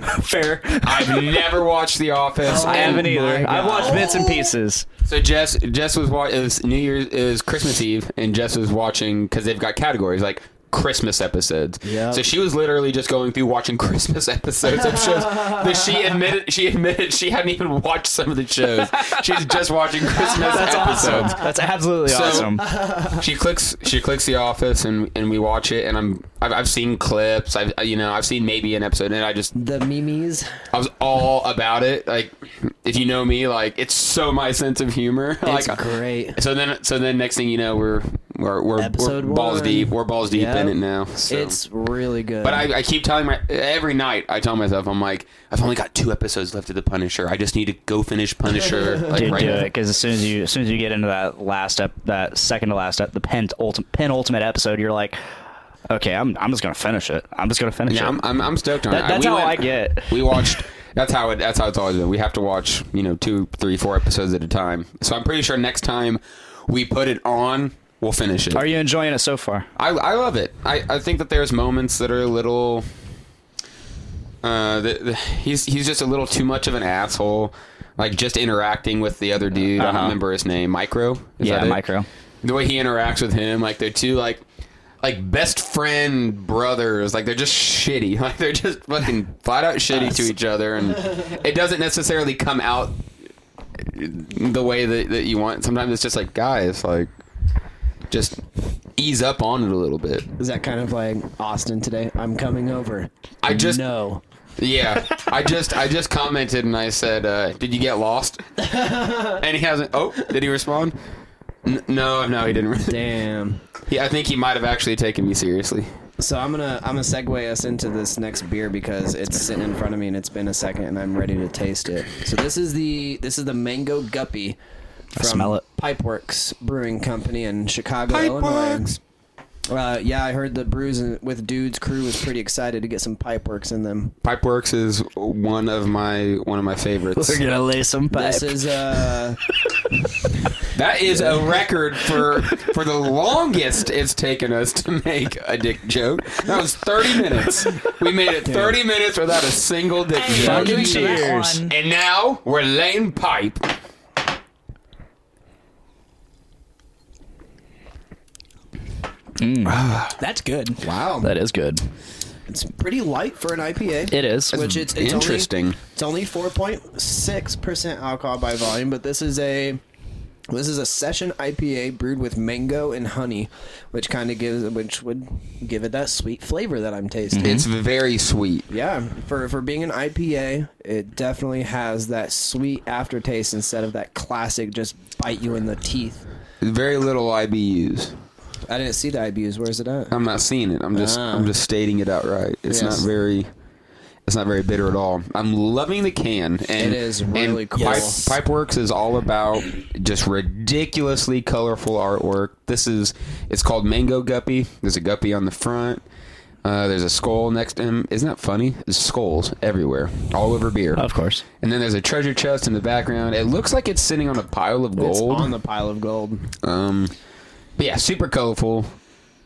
great.
Fair.
I've never watched The Office.
I haven't
my
either.
God.
I've watched bits and pieces.
So Jess, Jess was watching. It was New Year's. It was Christmas Eve, and Jess was watching because they've got categories like Christmas episodes.
Yep.
So she was literally just going through watching Christmas episodes of shows that she admitted she admitted she hadn't even watched some of the shows. She's just watching Christmas episodes.
That's absolutely
Oh. So- uh,
awesome.
She clicks. She clicks The Office, and and we watch it. And I'm I've, I've seen clips. I've you know I've seen maybe an episode, and I just
The memes.
I was all about it. Like, if you know me, like it's so my sense of humor. like,
It's
uh,
great.
So then, so then, next thing you know, we're we're we're, we're
Episode
balls
one.
deep. We're balls deep
Yep.
in it now. So.
It's really good.
but I, I keep telling my every night. I tell myself, I'm like, I've only got two episodes left of the Punisher. I just need to go finish Punisher. Like
Dude,
right
do
now.
it because as soon as you as soon as you get into that last ep, that second to last ep, the pen ultimate penultimate episode, you're like, okay, I'm I'm just gonna finish it. I'm just gonna finish
Yeah,
it.
I'm, I'm, I'm stoked on
That-
it.
that's how I get.
We watched. That's how it. That's how it's always been. We have to watch, you know, two, three, four episodes at a time. So I'm pretty sure next time we put it on, we'll finish it.
Are you enjoying it so far?
I, I love it. I, I think that there's moments that are a little. Uh, the, the, he's he's just a little too much of an asshole. Like just interacting with the other dude. I don't remember his name. Micro. Is
Uh-huh. Yeah,
that it?
Micro.
The way he interacts with him, like they're two like like best friend brothers. Like they're just shitty. Like they're just fucking flat out shitty to each other, and it doesn't necessarily come out the way that, that you want. Sometimes it's just like guys, like just ease up on it a little bit.
Is that kind of like Austin today? I'm coming over.
I just
no.
Yeah, I just I just commented and I said, uh, "Did you get lost?" and he hasn't. Oh, did he respond? N- no, no, he didn't. Really.
Damn.
Yeah, I think he might have actually taken me seriously.
So I'm gonna I'm gonna segue us into this next beer because it's sitting in front of me and it's been a second and I'm ready to taste it. So this is the this is the mango guppy from
smell it.
Pipeworks Brewing Company in Chicago, Illinois. Uh, yeah, I heard the brews in- with dudes crew was pretty excited to get some Pipeworks in them.
Pipeworks is one of my one of my favorites.
We're gonna lay some pipe.
This is uh
That is a record for for the longest it's taken us to make a dick joke. That was 30 minutes. We made it 30 minutes without a single dick
I'll
joke.
give you that
Cheers.
one.
And now we're laying pipe.
That's good.
wow,
that is good.
it's pretty light for an IPA.
It is.
which it's, it's
Interesting.
Only, it's only four point six percent alcohol by volume, but this is a this is a session IPA brewed with mango and honey, which kind of gives which would give it that sweet flavor that I'm tasting.
It's very sweet.
Yeah, for for being an IPA, it definitely has that sweet aftertaste instead of that classic just bite you in the teeth.
Very little IBUs.
I didn't see the IBUs. Where's it at?
I'm not seeing it. I'm just I'm just stating it outright. It's
Ah. Yes.
not very it's not very bitter at all. I'm loving the can. And,
It is
and
really cool.
Pipe,
Yes.
Pipeworks is all about just ridiculously colorful artwork. This is it's called Mango Guppy. There's a guppy on the front. Uh, there's a skull next to him. Isn't that funny? There's skulls everywhere, all over beer.
Of course.
And then there's a treasure chest in the background. It looks like it's sitting on a pile of gold.
It's on the pile of gold.
Um, but yeah, super colorful.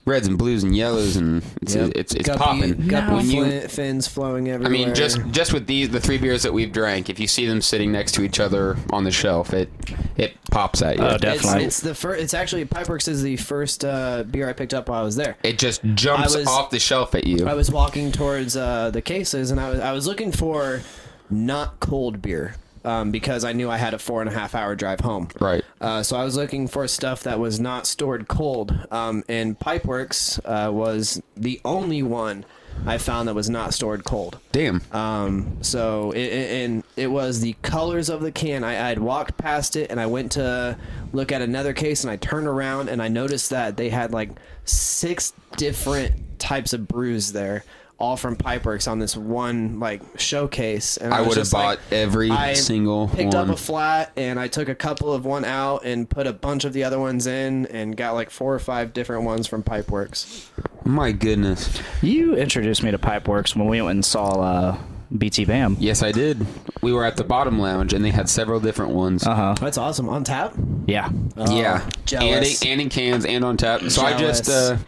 Reds and blues and yellows and it's
Yep.
it's, it's
Guppy-
popping.
Guppy
When you-
flin- fins flowing
I
everywhere.
mean, just just with these the three beers that we've drank, if you see them sitting next to each other on the shelf, it it pops at you.
Oh, definitely.
It's, it's the first. It's actually Pipeworks is the first uh, beer I picked up while I was there.
It just jumps
I was-
off the shelf at you.
I was walking towards uh, the cases, and I was I was looking for not cold beer um, because I knew I had a four and a half hour drive home.
Right.
Uh, so I was looking for stuff that was not stored cold, um, and Pipeworks uh, was the only one I found that was not stored cold.
Damn.
Um, so it, it, and it was the colors of the can. I I'd walked past it and I went to look at another case and I turned around and I noticed that they had like six different types of brews there, all from Pipeworks on this one like showcase. And
I
was
would have
just like-
bought every
I
single
picked
one.
up a flat and I took a couple of one out and put a bunch of the other ones in and got like four or five different ones from Pipeworks.
My goodness.
You introduced me to Pipeworks when we went and saw uh, BT Bam.
Yes, I did. We were at the bottom lounge and they had several different ones. Uh-huh.
That's awesome. On tap.
Yeah.
yeah,
Um, jealous.
And, in, and in cans and on tap. So I just, uh,
Jealous.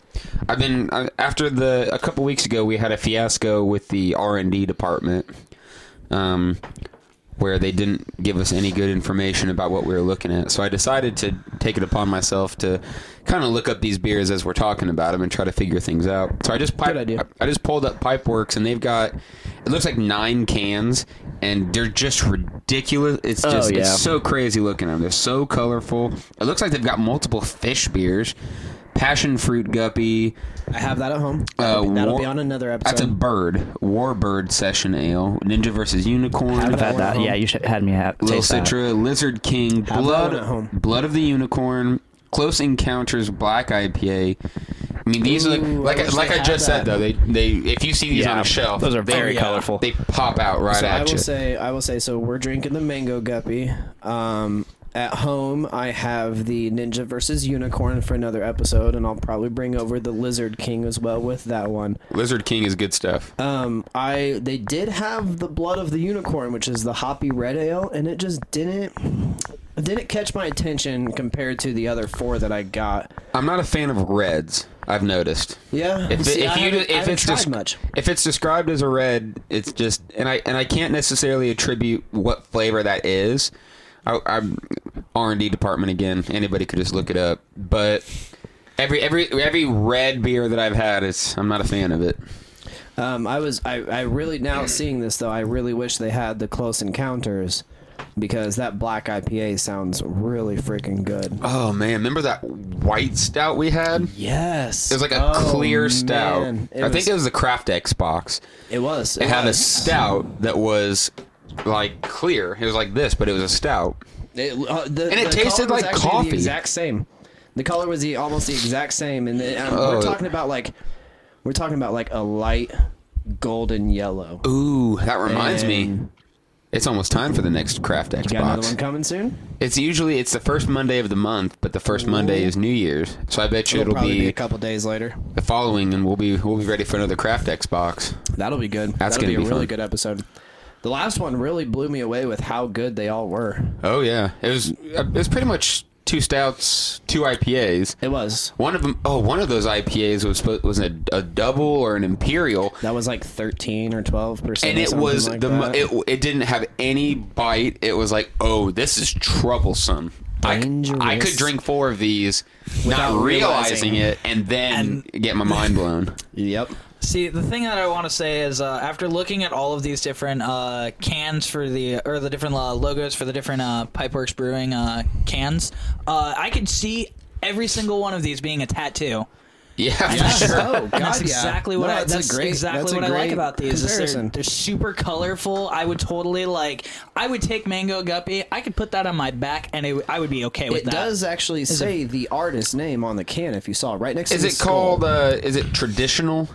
I've been I, after the a couple weeks ago we had a fiasco with the R and D department, um, where they didn't give us any good information about what we were looking at. So I decided to take it upon myself to kind of look up these beers as we're talking about them and try to figure things out. So I just pipe,
Good idea.
I, I just pulled up Pipeworks and they've got it looks like nine cans and they're just ridiculous. It's
Oh,
just
yeah.
it's so crazy looking at them. They're so colorful. It looks like they've got multiple fish beers. Passion fruit guppy.
I have that at home.
Uh,
That'll, be, that'll
war-
be on another episode.
That's a bird. Warbird session ale. Ninja versus unicorn.
I've had that. Yeah, you should, had me have
Little
taste that.
Citra, Lizard King,
that
Blood,
one at home.
Blood of the Unicorn, Close Encounters, Black IPA. I mean, these are
Ooh, I
like like
wish
I, like
they
I
had
just said
that.
though. They they if you see these
Yeah,
on a shelf,
those are
they-
very
yeah,
colorful.
They pop out right
So
at
I will
you.
say, I will say. So we're drinking the mango guppy. Um, at home, I have the ninja versus unicorn for another episode, and I'll probably bring over the lizard king as well with that one.
Lizard King is good stuff.
Um, I they did have the blood of the unicorn, which is the hoppy red ale, and it just didn't. didn't catch my attention compared to the other four that I got.
I'm not a fan of reds. I've noticed.
Yeah,
If, it-
See,
if
I
you
haven't- I
if
haven't
it's
tried
desc-
much.
if it's described as a red, it's just and I and I can't necessarily attribute what flavor that is. I, I'm R and D department again. Anybody could just look it up. But every every every red beer that I've had, it's I'm not a fan of it.
Um, I was I, I really now seeing this though I really wish they had the close encounters because that black IPA sounds really freaking good.
Oh man, remember that white stout we had? It
Yes,
was like a
Oh,
clear stout.
man. It
I
was,
think it was the Craft X box.
It was. Uh,
It had a
was.
stout that was like clear. It was like this, but it was a stout.
It, uh, the,
And it
the
tasted
color was
like
actually
coffee.
The exact same. The color was the almost the exact same, and the, um,
Oh.
we're talking about like we're talking about like a light golden yellow.
Ooh, that reminds me.
And-
It's almost time for the next Craft X
Got another
box.
one coming soon.
It's usually it's the first Monday of the month, but the first Monday is New Year's, so I bet you it'll,
probably
be,
be, a couple days later.
the following, and we'll be we'll be ready for another Craft X box.
That'll be good.
That's
That'll
gonna
be a
be
really
fun.
good episode. The last one really blew me away with how good they all were.
Oh yeah, it was it was pretty much two stouts, two IPAs.
It was.
One of them, oh, one of those IPAs was supposed- was a, a double or an imperial,
That was like thirteen or twelve
and
percent.
it was the mo- it, it didn't have any bite. It was like, oh, this is troublesome. I, c- I
Dangerous.
could drink four of these,
Without
not realizing
realizing.
it, and then get my mind blown.
yep.
See, the thing that I want to say is, uh, after looking at all of these different uh, cans for the or the different uh, logos for the different uh, Pipeworks Brewing uh, cans, uh, I could see every single one of these being a tattoo.
yeah, for sure.
Oh,
And
God,
that's
yeah.
exactly what
No,
I.
that's
That's,
a great-
exactly
that's a
what I like
great
about these. is they're,
comparison.
they're super colorful. I would totally like. I would take Mango Guppy. I could put that on my back, and it, w- I would be okay with
It
that.
does actually say the artist's name on the can if you saw it right next
Is
to the
it
skull.
called? Uh, is it traditional?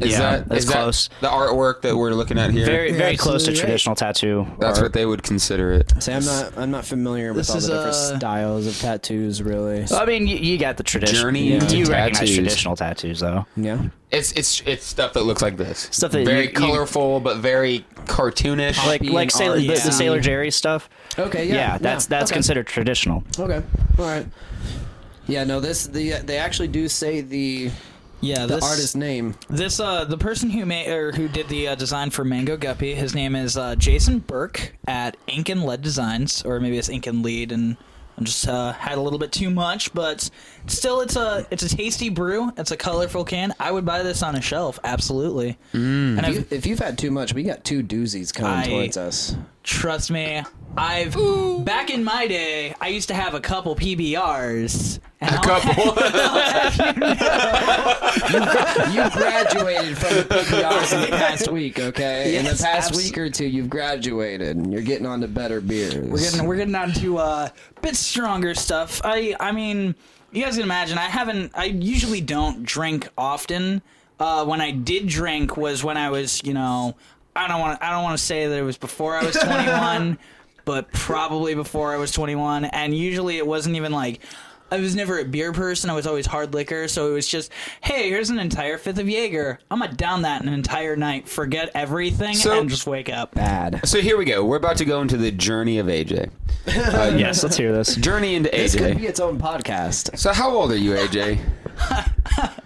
Is
Yeah,
that
that's
is that
close.
the artwork that we're looking at here?
Very, very close to
absolutely right.
traditional tattoo.
That's
art.
what they would consider it.
See, I'm not. I'm not familiar with
This
all the
is,
different
uh, Oh.
styles of tattoos, really.
I mean, you, you got the traditional.
Journey into
you recognize
tattoos.
traditional tattoos, though.
yeah.
It's it's it's stuff that looks like this.
Stuff that
very
you- you-
colorful, but very cartoonish.
Like,
Being
like Sailor,
art,
the, the
yeah.
Sailor Jerry stuff.
Okay.
Yeah,
Yeah.
that's
yeah,
that's
okay.
considered traditional.
Okay. All right. Yeah. No. This. The. They actually do say the
yeah,
the
this,
artist's name.
This uh, the person who made or who did the uh, design for Mango Guppy, his name is uh, Jason Burke at Ink and Lead Designs, or maybe it's Ink and Lead, and I just uh, had a little bit too much, but still, it's a it's a tasty brew. It's a colorful can. I would buy this on a shelf, absolutely. And
If, you,
I've,
if you've had too much, we got two doozies coming
I-
towards us.
trust me, I've back in my day, I used to have a couple PBRs. And
a
I'll-
couple.
You graduated from the PPRs in the past week, okay? in
Yes,
the past
abs-
week or two, you've graduated. and You're getting on to better beers.
We're getting we're getting on to uh, bit stronger stuff. I I mean, you guys can imagine. I haven't. I usually don't drink often. Uh, when I did drink was when I was you know I don't want I don't want to say that it was before I was 21, but probably before I was 21. And usually it wasn't even like. I was never a beer person. I was always hard liquor. So it was just, hey, here's an entire fifth of Jaeger. I'm going to down that an entire night, forget everything,
So-
and just wake up.
bad.
so here we go. We're about to go into the journey of AJ.
Yes, let's hear this.
Journey into
This could
AJ.
be its own podcast.
so how old are you, AJ?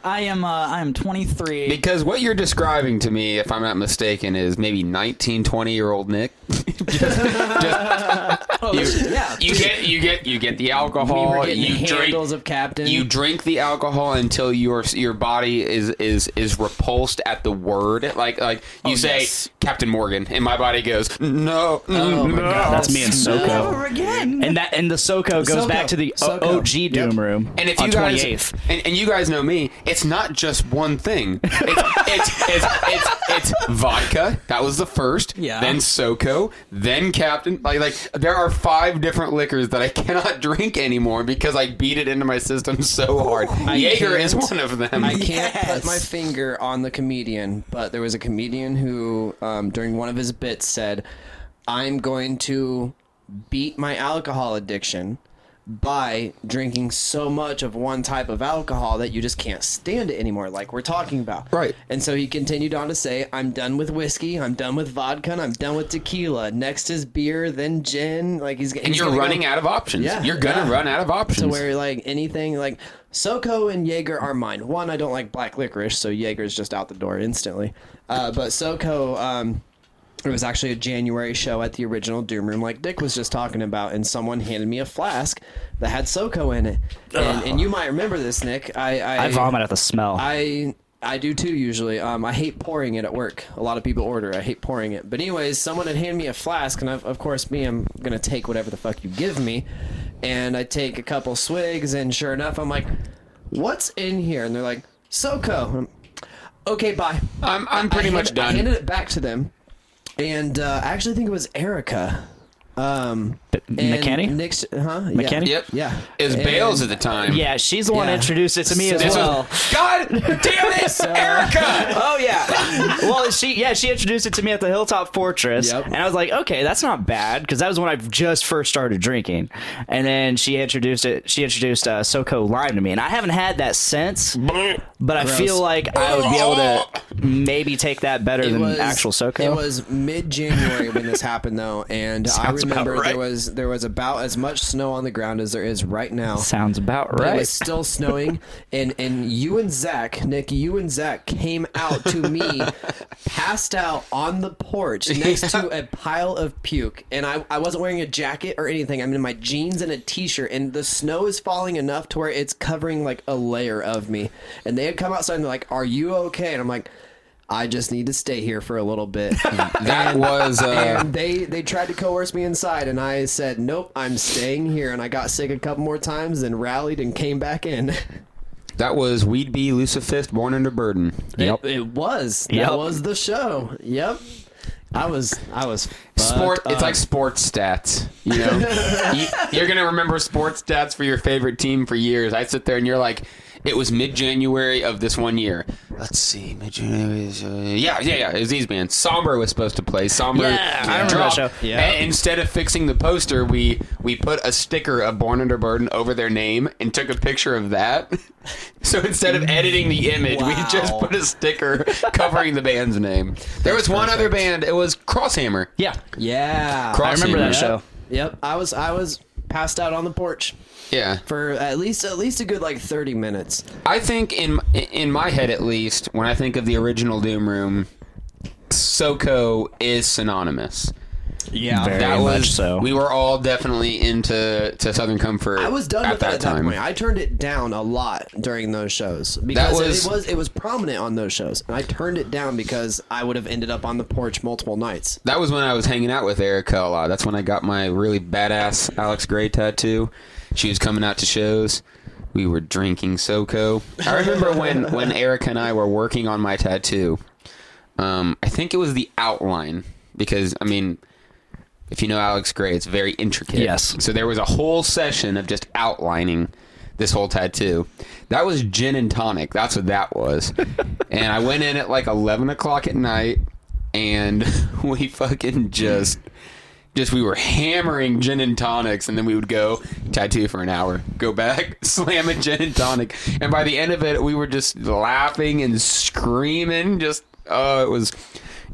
I am uh, I am 23.
Because what you're describing to me, if I'm not mistaken, is maybe 19, 20 year old Nick.
Oh,
You-
yeah.
You get you get you get the
We
alcohol.
were getting
Oh, you
the
drink
handles of Captain.
you drink the alcohol until your your body is is is repulsed at the word. Like like you say
yes.
Captain Morgan, and my body goes no,
oh
mm, no.
my god,
That's me and Soko.
again.
And that and the Soko goes
Soko.
back to the
Soko.
O- OG Doom
Yep.
Room
And if
on
you guys
28th.
and, and you guys know me, it's not just one thing. It's it's, it's, it's, it's vodka. That was the first.
Yeah.
Then Soco. Then Captain. Like like there are five different liquors that I cannot drink anymore because I beat it into my system so hard. Jaeger is
can't.
one of them.
I can't
Yes.
put my finger on the comedian, but there was a comedian who, um, during one of his bits, said, I'm going to beat my alcohol addiction by drinking so much of one type of alcohol that you just can't stand it anymore, like we're talking about.
Right.
And so he continued on to say, I'm done with whiskey, I'm done with vodka, and I'm done with tequila. Next is beer, then gin. Like he's
and you're running out of options.
Yeah,
you're gonna
yeah.
run out of options.
to where like anything like SoCo and Jaeger are mine. One, I don't like black licorice, so Jaeger's just out the door instantly. Uh, but SoCo, um, it was actually a January show at the original Doom Room, like Dick was just talking about, and someone handed me a flask that had SoCo in it. And, and you might remember this, Nick. I I,
I vomit at the smell.
I I do too usually. Um, I hate pouring it at work. A lot of people order. I hate pouring it. But anyways, someone had handed me a flask, and I've, of course, me, I'm gonna take whatever the fuck you give me, and I take a couple swigs, and sure enough, I'm like, "What's in here?" And they're like, "Soco." And I'm, okay, bye.
I'm I'm pretty
I
much
handed- I
done.
handed it back to them, and uh, I actually think it was Erica. Um, and
McKenny?
Nick's, huh? Yeah.
McKenny?
Yep.
Yeah.
Is
And-
Bales at the time?
yeah, she's the one
Yeah.
who introduced it to me as
This
well.
was, God damn it, Erica!
Oh yeah.
well, she yeah, she introduced it to me at the Hilltop Fortress,
Yep.
and I was like, okay, that's not bad because that was when I just first started drinking. And then she introduced it. She introduced uh, SoCo Lime to me, and I haven't had that since. But I feel like I would be able to maybe take that better than actual SoCo.
It was mid January when this happened though, and
Sounds about
I remember
right.
there was there was about as much snow on the ground as there is right now.
Sounds about
But It
right.
was still snowing, and and you and Zach, Nick, you and Zach came out to me, passed out on the porch next to a pile of puke, and I I wasn't wearing a jacket or anything. I'm in my jeans and a t-shirt, and the snow is falling enough to where it's covering like a layer of me. And they had come outside and they're like, "Are you okay?" And I'm like. I just need to stay here for a little bit.
That was uh,
And they they tried to coerce me inside, and I said, "Nope, I'm staying here." And I got sick a couple more times, then rallied and came back in.
That was Weed Bee Lucifist Born Under Burden.
It, it was that
Yep.
was the show. Yep, I was I was
sport.
fucked
It's
up.
like sports stats. You know, you, you're gonna remember sports stats for your favorite team for years. I sit there and you're like, it was mid-January of this one year. Let's see, mid-January. is, uh, yeah, yeah, yeah. It was these man. Somber was supposed to play. Somber.
Yeah, I remember
dropped.
that show.
And instead of fixing the poster, we we put a sticker of Born Under Burden over their name and took a picture of that. So instead of editing the image, we just put a sticker covering the band's name. There was one other band. It was Crosshammer.
yeah,
yeah.
Crosshammer.
I remember that
Yep.
show.
Yep, I was I was passed out on the porch
Yeah.
for at least at least a good like thirty minutes.
I think in in my head at least, when I think of the original Doom Room, Soko is synonymous.
Yeah, very
that was
much so.
we were all definitely into to Southern Comfort.
I was done
at
with
that,
that, at
time.
that point. I turned it down a lot during those shows because
was-
it was it was prominent on those shows, and I turned it down because I would have ended up on the porch multiple nights.
that was when I was hanging out with Erica a lot. That's when I got my really badass Alex Gray tattoo. She was coming out to shows. We were drinking SoCo. I remember when when Erica and I were working on my tattoo. Um, I think it was the outline because I mean, if you know Alex Gray, it's very intricate.
Yes.
So there was a whole session of just outlining this whole tattoo. That was gin and tonic. That's what that was. and I went in at like eleven o'clock at night, and we fucking just. Just we were hammering gin and tonics, and then we would go tattoo for an hour, go back, slam a gin and tonic, and by the end of it, we were just laughing and screaming. Just oh, it was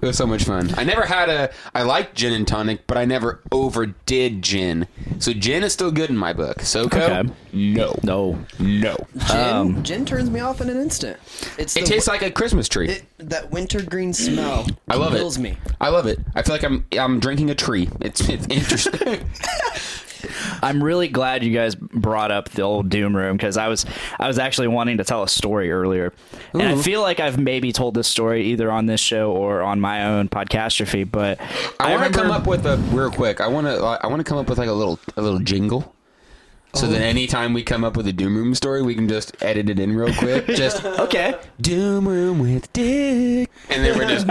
it was so much fun. I never had a. I liked gin and tonic, but I never overdid gin. So gin is still good in my book. SoCo,
Okay.
no,
No,
no.
Gin, gin turns me off in an instant. It's
Um, It
the-
tastes like a Christmas tree.
it, that wintergreen smell.
I love
kills
it.
me.
I love it. I feel like I'm I'm drinking a tree. It's it's interesting.
I'm really glad you guys brought up the old Doom Room because I was I was actually wanting to tell a story earlier, and I feel like I've maybe told this story either on this show or on my own podcastrophe. But
I, want
remember-
to come up with a real quick. I want to. I want to come up with like a little a little jingle. So that anytime we come up with a Doom Room story, we can just edit it in real quick. Just
Okay,
Doom Room with Dick, and then we're just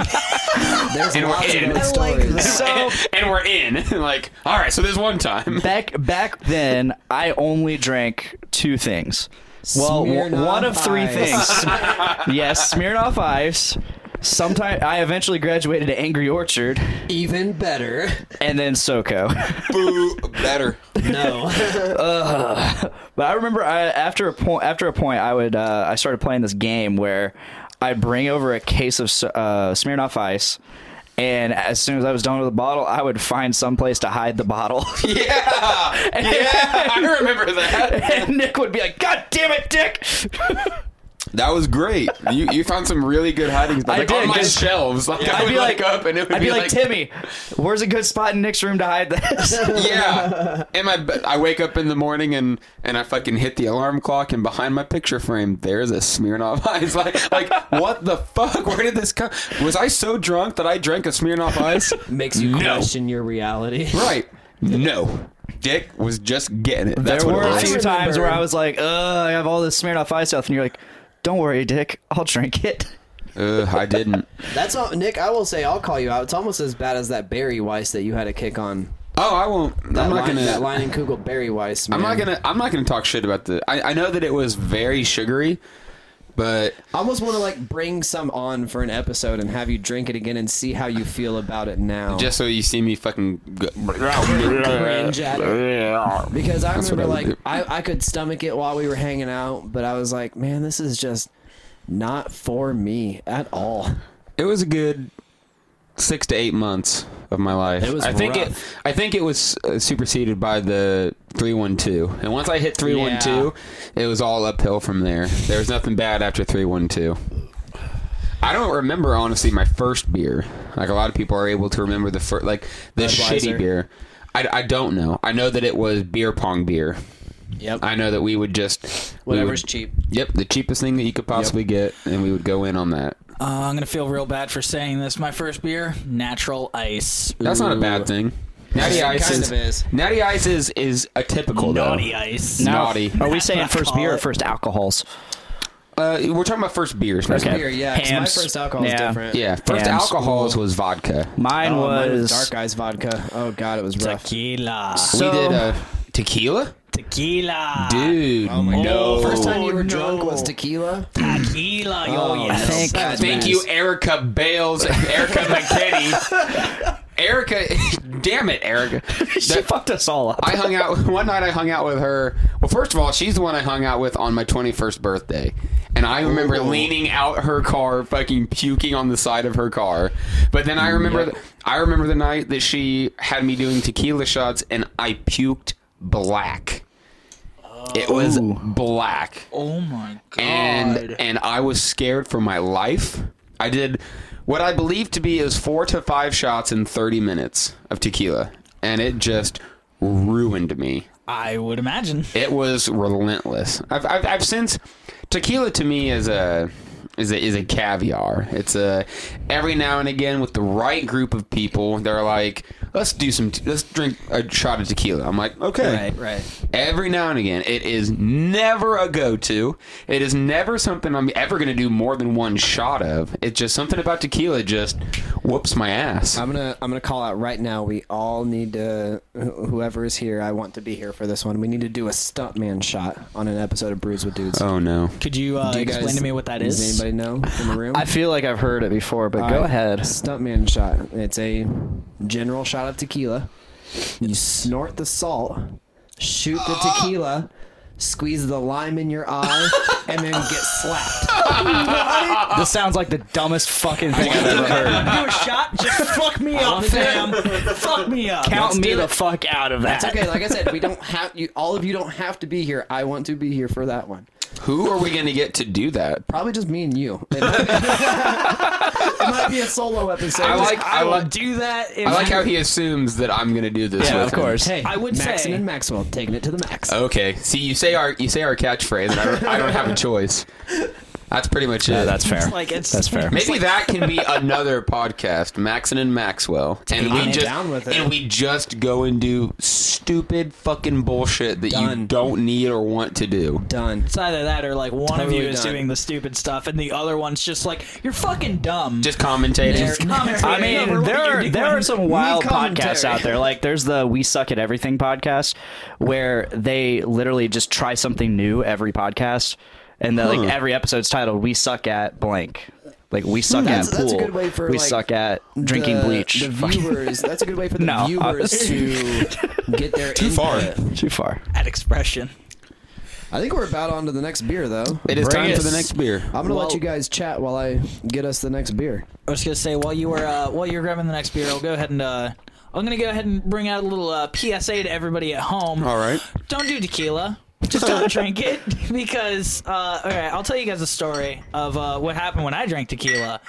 There's
And we're
lots
in.
of those
I like
stories.
that. So-
and we're in. like, all right, so there's one time.
back back then I only drank two things. Well, w-
Smirnoff
one of three
Ice.
things. yes, Smirnoff Ice Sometime I eventually graduated to Angry Orchard
Even better.
and then SoCo.
Boo, better.
No.
But I remember I, after a point, after a point, I would uh, I started playing this game where I bring over a case of uh, Smirnoff Ice, and as soon as I was done with the bottle, I would find some place to hide the bottle.
Yeah, yeah, I remember that.
and Nick would be like, "God damn it, Dick!"
That was great. You you found some really good hiding spots.
I
Like
did,
on my
'cause-
shelves. Like I
I'd
would
be like,
look up and it would
I'd be, like, "Timmy, where's a good spot in Nick's room to hide this?"
Yeah. And my be- I wake up in the morning and and I fucking hit the alarm clock and behind my picture frame there's a Smirnoff Ice. Like like what the fuck? Where did this come? Was I so drunk that I drank a Smirnoff Ice?
Makes you question your reality.
right. No. Dick was just getting it. That's
there
what
were
it
a
was.
few times where I was like, "Ugh, I have all this Smirnoff Ice stuff," and you're like, "Don't worry, Dick, I'll drink it."
Ugh, I didn't.
That's all, Nick. I will say, I'll call you out. It's almost as bad as that Barry Weiss that you had a kick on.
Oh, I won't.
That
I'm not
line,
gonna.
that line in Kugel Barry Weiss.
I'm not
man.
gonna. I'm not gonna talk shit about the. I, I know that it was very sugary, but
I almost want to like bring some on for an episode and have you drink it again and see how you feel about it now.
just uh, so you see me fucking. Go,
Cringe at it. Because I
That's what
remember
I would
like I, I could stomach it while we were hanging out, but I was like, man, this is just not for me at all.
It was a good six to eight months of my life.
It was
I think
rough.
it. I think it was uh, superseded by the three one two, and once I hit three one two, it was all uphill from there. There was nothing bad after three one two. I don't remember honestly my first beer. Like a lot of people are able to remember the first, like the shitty beer. I, I don't know. I know that it was beer pong beer.
Yep.
I know that we would just we
Whatever's
would-
cheap.
Yep, the cheapest thing that you could possibly get, and we would go in on that.
Uh, I'm gonna feel real bad for saying this. My first beer, natural ice.
That's not a bad thing. Natty Ice
kind
is,
of is.
Natty Ice is is atypical
Naughty
though.
ice.
Naughty.
Are we
That's
saying
what I
first
call
beer or
it.
first alcohols?
Uh, we're talking about first beers. First
Beer, yeah. 'cause My
Hams.
first alcohol is
Yeah.
different.
Yeah, first
Damn.
alcohols was vodka.
Mine
Oh,
was,
mine dark eyes vodka. Oh god, it was rough.
Tequila.
So,
we did uh, tequila,
Tequila.
dude. Oh my no.
First time you were
no.
drunk was tequila.
Tequila. Oh,
Oh,
yes.
think-
that was
Thank
nice.
you, Erica Bales, Erica McKinney. Erica, damn it, Erica.
she fucked us all up.
I hung out one night. I hung out with her. Well, first of all, she's the one I hung out with on my 21st birthday, and I remember leaning out her car, fucking puking on the side of her car. But then I remember, I remember the night that she had me doing tequila shots, and I puked black. It was black
Oh my god.
and and I was scared for my life. I did what I believe to be is four to five shots in thirty minutes of tequila, and it just ruined me.
I would imagine.
It was relentless. I've I've, I've since tequila to me is a. Is a, is a caviar. It's a every now and again with the right group of people. They're like, let's do some, t- let's drink a shot of tequila. I'm like, okay,
right.
every now and again. It is never a go to. It is never something I'm ever going to do more than one shot of. It's just something about tequila just whoops my ass.
I'm gonna I'm gonna call out right now. We all need to wh- whoever is here. I want to be here for this one. We need to do a stuntman shot on an episode of Brews with Dudes.
oh no.
Could you, uh,
Do you
explain
guys-
to me what that
does
is?
anybody know in the room?
I feel like I've heard it before, but go
Uh,
ahead.
Stuntman shot. It's a general shot of tequila. You snort the salt, shoot the tequila, squeeze the lime in your eye, and then get slapped.
Ah.
This sounds like the dumbest fucking thing I've ever heard.
do a shot. Just fuck me up, fam. fuck me up.
Count me the fuck out of that.
It's okay. Like I said, we don't have you. All of you don't have to be here. I want to be here for that one.
Who are we going to get to do that?
Probably just me and you. It might, it might be a solo episode.
I like I,
I will
like
do that. If
I like how he assumes that I'm going to do this
Yeah,
with
of
him.
course.
Hey,
I would
Maxon
say-
and Maxwell taking it to the max.
Oh.
Okay. See, you say our you say our catchphrase and I don't, I don't have a choice. That's pretty much it.
Yeah, that's fair.
Like it's
That's fair.
Maybe that can be another podcast, Maxon and Maxwell, and we
it
just
down with it.
and we just go and do stupid fucking bullshit that you
Done.
don't need or want to do.
Done.
It's either that or like one of you
Totally
is
done.
doing the stupid stuff and the other one's just like you're fucking dumb.
Just commentating.
Just commentating
I
over
mean,
what
there
you're
are
doing.
there are some wild
commentary.
podcasts out there. Like there's the We Suck at Everything podcast, where they literally just try something new every podcast, and the, like every episode's titled "We Suck at Blank." Like we suck at
That's-
pool.
that's a good way for,
we
like,
suck at drinking
the-
bleach.
The
Fucking-
viewers. that's a good way for the
No.
viewers to get their too
far.
too far.
At expression.
I think we're about on to the next beer, though.
It is
Bring
time
it.
for the next beer.
I'm gonna
Well-
let you guys chat while I get us the next beer.
I was gonna say while you were uh, while you're grabbing the next beer, I'll go ahead and uh, I'm gonna go ahead and bring out a little uh, PSA to everybody at home.
All right.
Don't do tequila. Just don't drink it because uh, all right. I'll tell you guys a story of uh, what happened when I drank tequila.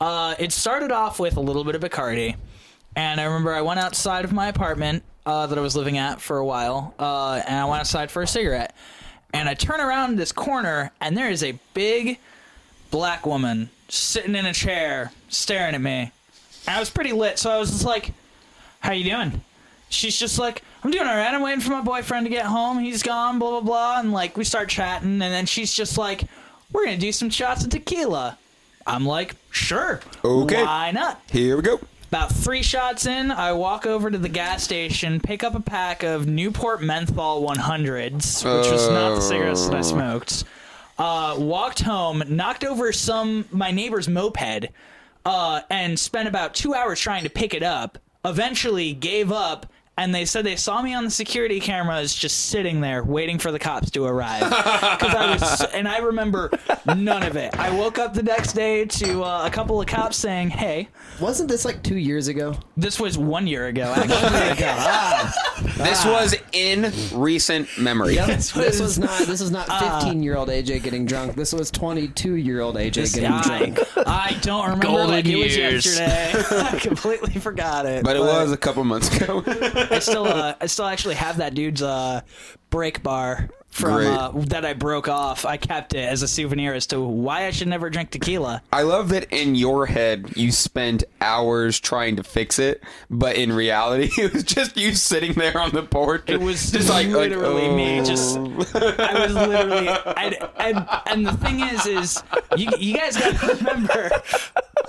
Uh, it started off with a little bit of Bacardi, and I remember I went outside of my apartment uh, that I was living at for a while, uh, and I went outside for a cigarette. And I turn around this corner, and there is a big black woman sitting in a chair staring at me. And I was pretty lit, so I was just like, "How you doing?" She's just like, "I'm doing all right. I'm waiting for my boyfriend to get home. He's gone. Blah blah blah." And like we start chatting, and then she's just like, "We're gonna do some shots of tequila." I'm like, "Sure.
Okay.
Why not?"
Here we go.
About three shots in, I walk over to the gas station, pick up a pack of Newport Menthol 100s, which was not the cigarettes that I smoked. Uh, walked home, knocked over some my neighbor's moped, uh, and spent about two hours trying to pick it up. Eventually, gave up, and they said they saw me on the security cameras just sitting there waiting for the cops to arrive. Because I was, and I remember none of it. I woke up the next day to uh, a couple of cops saying, "Hey."
Wasn't this like two years ago?
This was one year ago, actually. Ah,
This was in recent memory.
This was, not. This was not 15 year old AJ getting drunk. This was 22 year old AJ getting
I,
drunk.
I don't remember.
Golden
like, It was
years.
yesterday. I completely forgot it.
But it was a couple months ago.
I still, uh, I still actually have that dude's uh, break bar from
Great.
uh, that I broke off. I kept it as a souvenir as to why I should never drink tequila.
I love that in your head you spent hours trying to fix it, but in reality it was just you sitting there on the porch.
It was
just like like,
literally me.
oh.
Just I was literally, I'd, and and the thing is, is you, you guys got to remember.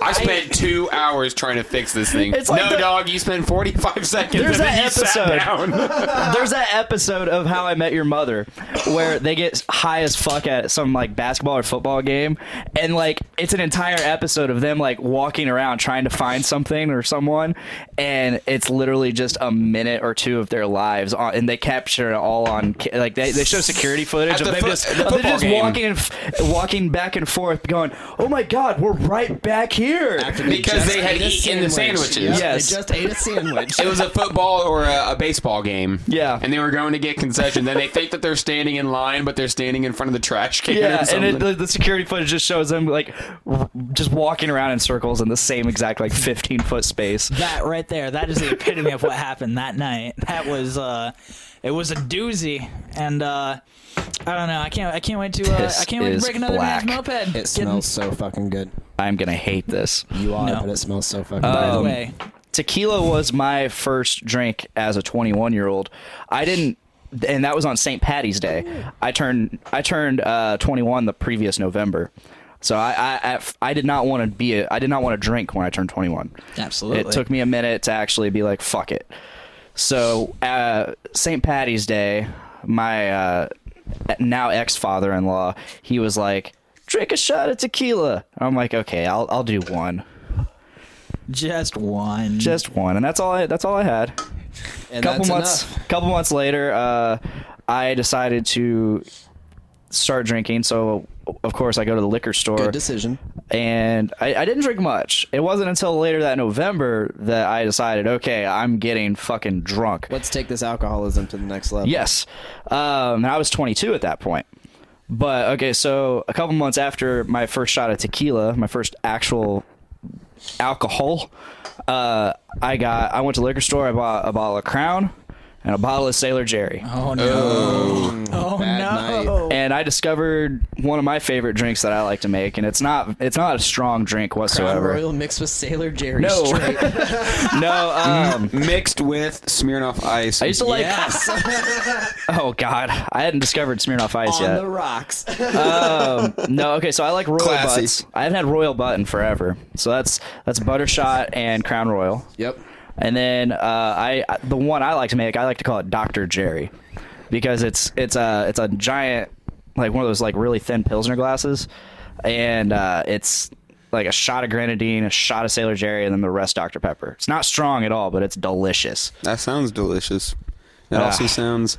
I spent two hours trying to fix this thing.
It's like
no,
the-
dog, you spent forty five seconds.
There's
and then
that
you
episode.
Sat down.
There's that episode of How I Met Your Mother where they get high as fuck at some like basketball or football game, and like it's an entire episode of them like walking around trying to find something or someone, and it's literally just a minute or two of their lives, on, and they capture it all on ca- like they, they show security footage
At
of
the
them
fo-
just
at the
of them
football
just
game.
walking and f- walking back and forth, going, "Oh my god, we're right back here."
because they had
ate a
eaten the
sandwich.
sandwiches.
Yep,
Yes.
They just ate a sandwich.
It was a football or a, a baseball game.
Yeah.
And they were going to get concession. Then they think that they're standing in line, but they're standing in front of the trash can. or
Yeah, and
something.
it, the, the security footage just shows them like w- just walking around in circles in the same exact like 15 foot space.
that right there that is the epitome of what happened that night that was uh it was a doozy and uh i don't know i can't i can't wait to uh,
This
i can't wait to
is
break another
black.
man's moped
It smells so fucking good.
I'm gonna hate this.
You are,
No. Um,
but it smells so fucking
by the
good.
way
Tequila was my first drink as a 21 year old. I didn't, and that was on St. Patty's Day. I turned I turned uh, 21 the previous November. So I I, I, I did not want to be a, I did not want to drink when I turned 21.
Absolutely.
It took me a minute to actually be like fuck it. So uh, St. Patty's Day, my uh, now ex father in law, he was like, drink a shot of tequila. I'm like, okay, I'll I'll do one,
just one
just one, and that's all I that's all I had.
And
couple
that's
months
enough.
couple months later, uh, I decided to start drinking. So of course I go to the liquor store.
Good decision.
and I, I didn't drink much. It wasn't until later that November that I decided, okay, I'm getting fucking drunk.
Let's take this alcoholism to the next level.
Yes. Um, and I was 22 at that point. But okay, so a couple months after my first shot of tequila, my first actual alcohol, uh, I got I went to the liquor store. I bought a bottle of Crown and a bottle of Sailor Jerry,
oh no oh,
bad
no
and I discovered one of my favorite drinks that I like to make, and it's not it's not a strong drink
Crown
whatsoever.
Royal mixed with Sailor Jerry.
No.
straight.
No, um,
mixed with Smirnoff Ice.
I used to like.
yes,
Oh God, I hadn't discovered Smirnoff Ice
on
yet.
the rocks.
No, okay, so I like Royal
Classy.
Butts. I haven't had Royal Butt in forever. So that's that's Buttershot and Crown Royal.
yep.
And then uh, I the one I like to make, I like to call it Dr. Jerry because it's it's a it's a giant like one of those like really thin pilsner glasses and uh, it's like a shot of grenadine, a shot of Sailor Jerry, and then the rest Dr Pepper. It's not strong at all, but it's delicious.
That sounds delicious. That also
Ah.
sounds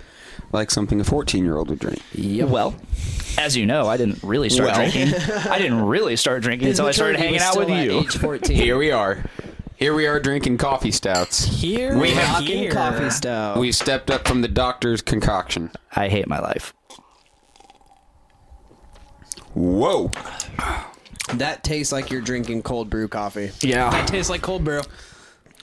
like something a 14 year old would drink.
Yeah. Well, as you know, I didn't really start
Well.
drinking. I didn't really start drinking until I started hanging out with you.
Age 14.
Here we are. Here we are drinking coffee stouts.
Here
We have-
rocking
Here.
coffee stove.
We stepped up from the doctor's concoction.
I hate my life.
Whoa.
That tastes like you're drinking cold brew coffee.
Yeah,
It tastes like cold brew.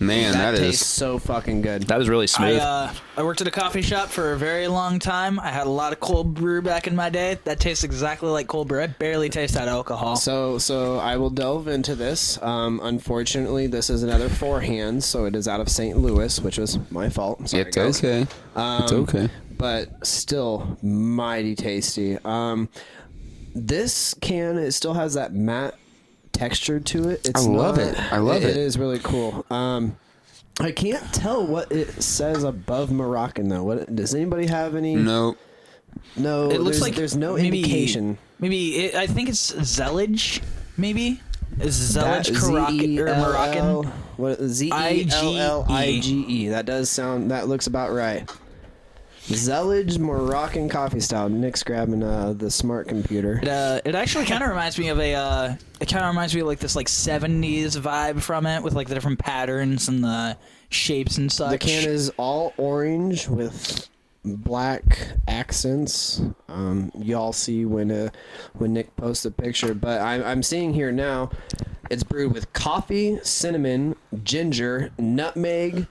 Man,
that
that
tastes
is.
so fucking good.
that was really
I,
smooth.
uh, I worked at a coffee shop for a very long time. I had a lot of cold brew back in my day. That tastes exactly like cold brew. I barely taste that alcohol.
So, so I will delve into this. Um, unfortunately, this is another forehand, so it is out of St. Louis, which was my fault. Sorry,
It's
guys.
okay. it's okay.
but still mighty tasty. Um, this can it still has that matte texture to it. It's
I love
not-
it. I love it.
It is really cool. Um, I can't tell what it says above Moroccan though. What does anybody have any?
No.
no.
it looks
there's,
like
there's no
maybe,
indication.
Maybe it, I think it's Zellige. Maybe is
That E
Zellige Moroccan or
Z-E-L-L,
Moroccan?
What Z E L L I G E. That does sound. That looks about right. Zellige Moroccan coffee style. Nick's grabbing uh, the smart computer.
It, uh, it actually kind of reminds me of a. Uh, it kind of reminds me of like this like '70s vibe from it, with like the different patterns and the shapes and such.
The can is all orange with black accents. Um, y'all see when uh, when Nick posts a picture, but I'm, I'm seeing here now. It's brewed with coffee, cinnamon, ginger, nutmeg,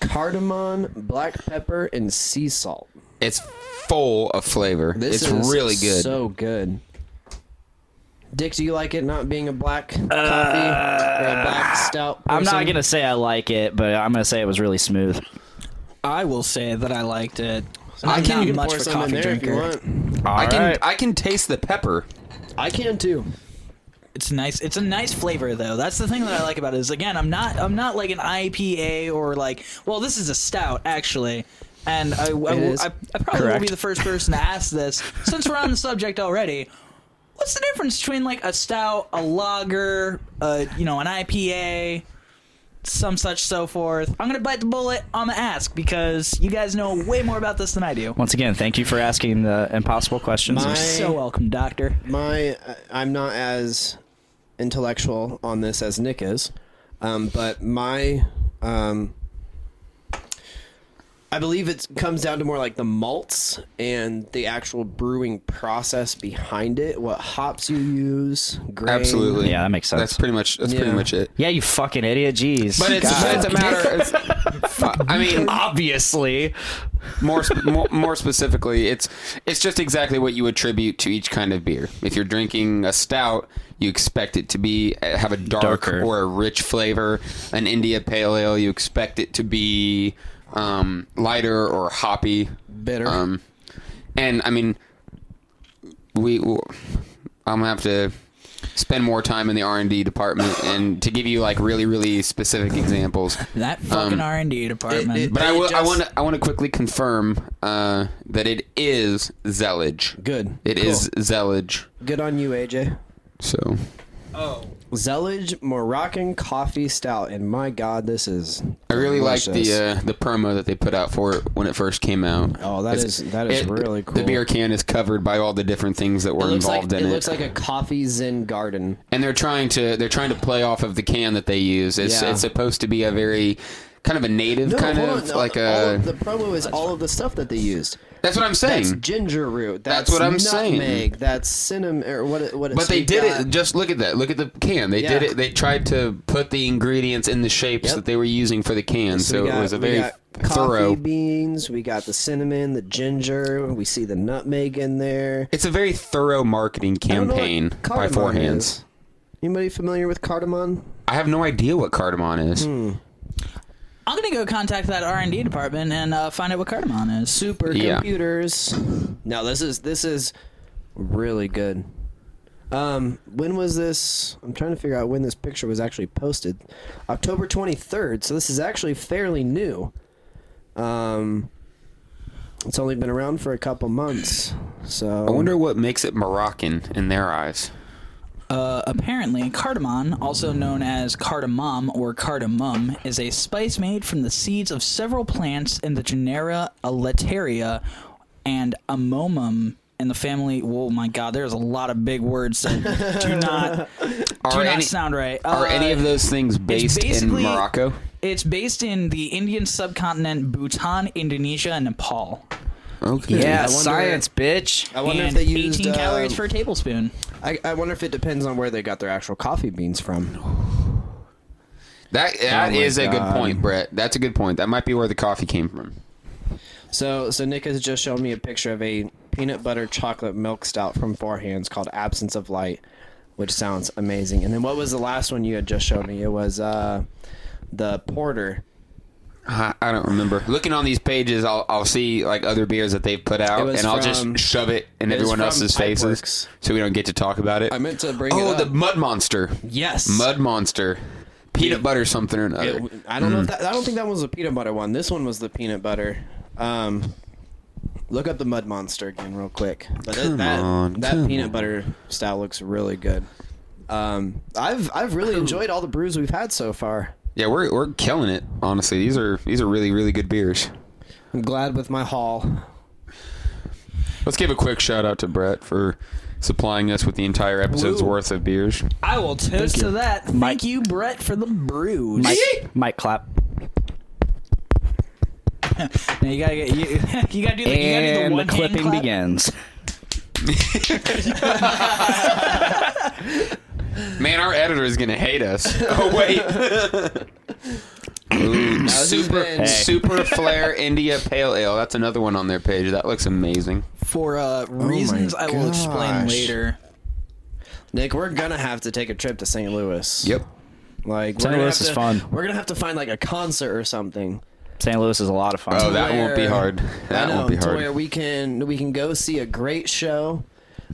cardamom, black pepper, and sea salt.
It's full of flavor.
This
it's
is
really good.
So good. Dick, do you like it not being a black coffee or a black stout?
Uh, I'm not
person?
gonna say I like it, but I'm gonna say it was really smooth.
I will say that I liked it.
I
I'm
can
not
even
much
pour
of a
some in
coffee
there if you
drinker.
want.
I can
Alright.
I can taste the pepper.
I can too.
It's nice. It's a nice flavor though. That's the thing that I like about it. Is again, I'm not I'm not like an IPA or like well, this is a stout actually. And I, I, will-
is.
I, I probably will be the first person to ask this since we're on the subject already. What's the difference between like a stout, a lager, uh, you know, an IPA, some such so forth? I'm gonna bite the bullet. I'm gonna ask because you guys know way more about this than I do.
Once again, thank you for asking the impossible questions.
My-
You're so welcome, Doctor.
my I'm not as intellectual on this as Nick is, um, but my um, I believe it comes down to more like the malts and the actual brewing process behind it. What hops you use? Grain.
Absolutely.
Yeah, that makes sense.
That's pretty much that's
Yeah.
pretty much it.
yeah, you fucking idiot. Jeez.
But it's, but it's a matter. It's, fu- I mean,
obviously.
more, sp- more more specifically, it's it's just exactly what you attribute to each kind of beer. If you're drinking a stout, you expect it to be uh, have a dark
Darker.
or a rich flavor. An India Pale Ale, you expect it to be um, lighter or hoppy,
Bitter.
Um, and I mean, we w- I'm gonna have to spend more time in the R and D department and to give you like really really specific examples.
That
Um,
fucking R and D department.
But I
They
will. I
just-
want. to. I want to quickly confirm uh, that it is Zellige.
Good.
It is Zellige.
Good on you, AJ.
So
Zellige Moroccan Coffee Stout, and my God, this is.
I really like
delicious.
the uh, the promo that they put out for it when it first came out.
Oh, that
It's-
is- that is really cool.
The beer can is covered by all the different things that
It
were
looks
uh,
like
involved
it,
in it,
looks like a coffee zen garden.
and they're trying to they're trying to play off of the can that they use. It's
Yeah.
it's supposed to be a very kind of a native
No,
kind
hold
of
on, no,
like
all
a.
of the promo is all of the stuff that they used.
that's what I'm saying.
That's ginger root. That's,
That's what I'm saying.
nutmeg, That's cinnamon. Or what? it- What? it's-
But they
we've
did
got-
it. Just look at that. Look at the can. They did
Yeah.
it. They tried to put the ingredients in the shapes
Yep.
that they were using for the can.
we
So, it
got-
was a
we
very
got
thorough.
Coffee beans. We got the cinnamon, the ginger. We see the nutmeg in there.
It's a very thorough marketing
I don't know what
campaign by
cardamom
Four
is.
Hands.
Anybody familiar with cardamom?
I have no idea what cardamom is.
Hmm.
I'm gonna go contact that R and D department and uh, find out what cardamom is.
Yeah.
Supercomputers. No, this is this is really good. Um, when was this? I'm trying to figure out when this picture was actually posted. October 23rd. So this is actually fairly new. Um, it's only been around for a couple months. So
I wonder what makes it Moroccan in their eyes.
Uh, apparently, cardamom, also known as cardamom or cardamom, is a spice made from the seeds of several plants in the genera Elateria and Amomum in the family. Oh my God, there's a lot of big words that do not do
Are
not
any-
sound right.
Are
Uh,
any of those things
it's
based in
basically-
Morocco?
It's based in the Indian subcontinent, Bhutan, Indonesia, and Nepal.
Okay.
Yeah,
I wonder-
science, bitch.
I wonder
and
if they used
18 calories
uh,
per tablespoon.
I, I wonder if it depends on where they got their actual coffee beans from.
That that
Oh my
is a good
God.
point, Brett. That's a good point. That might be where the coffee came from.
So so Nick has just shown me a picture of a peanut butter chocolate milk stout from Four Hands called Absence of Light, which sounds amazing. And then what was the last one you had just shown me? It was uh, the porter.
I, I don't remember. Looking on these pages, I'll I'll see like other beers that they've put out,
It was
and I'll
from-
just shove it in
it was
everyone
from
else's faces,
Pipeworks.
so we don't get to talk about it.
I meant to bring
oh,
it
the
up.
Mud Monster.
Yes.
Mud Monster, peanut butter something or another.
It- I don't
Mm.
know if that, I don't think that one was the peanut butter one. This one was the peanut butter. Um, look up the mud monster again real quick. But that that,
on,
that
come
peanut butter style looks really good. Um, I've I've really enjoyed all the brews we've had so far.
yeah, we're we're killing it. Honestly, these are these are really really good beers.
I'm glad with my haul.
Let's give a quick shout out to Brett for supplying us with the entire episode's
Woo.
worth of beers.
I will toast to that. Thank you, Brett, for the brews.
Mike, Mike clap.
Now you gotta get you, you gotta do the, you gotta do the
And the
one
clipping
hand clap.
begins.
Man, our editor is gonna hate us. Oh wait. Ooh, super
been-
super flare India Pale Ale. That's another one on their page. That looks amazing.
For uh,
Oh
Oh
reasons I will explain
gosh.
later.
Nick, we're gonna have to take a trip to St. Louis.
Yep.
Like we're
St.
gonna
Louis
have
is
to-
fun.
We're gonna have to find like a concert or something.
St. Louis is a lot of fun.
Oh, that won't be
where-
hard. That
I know,
won't be
to where
hard.
we can we can go see a great show,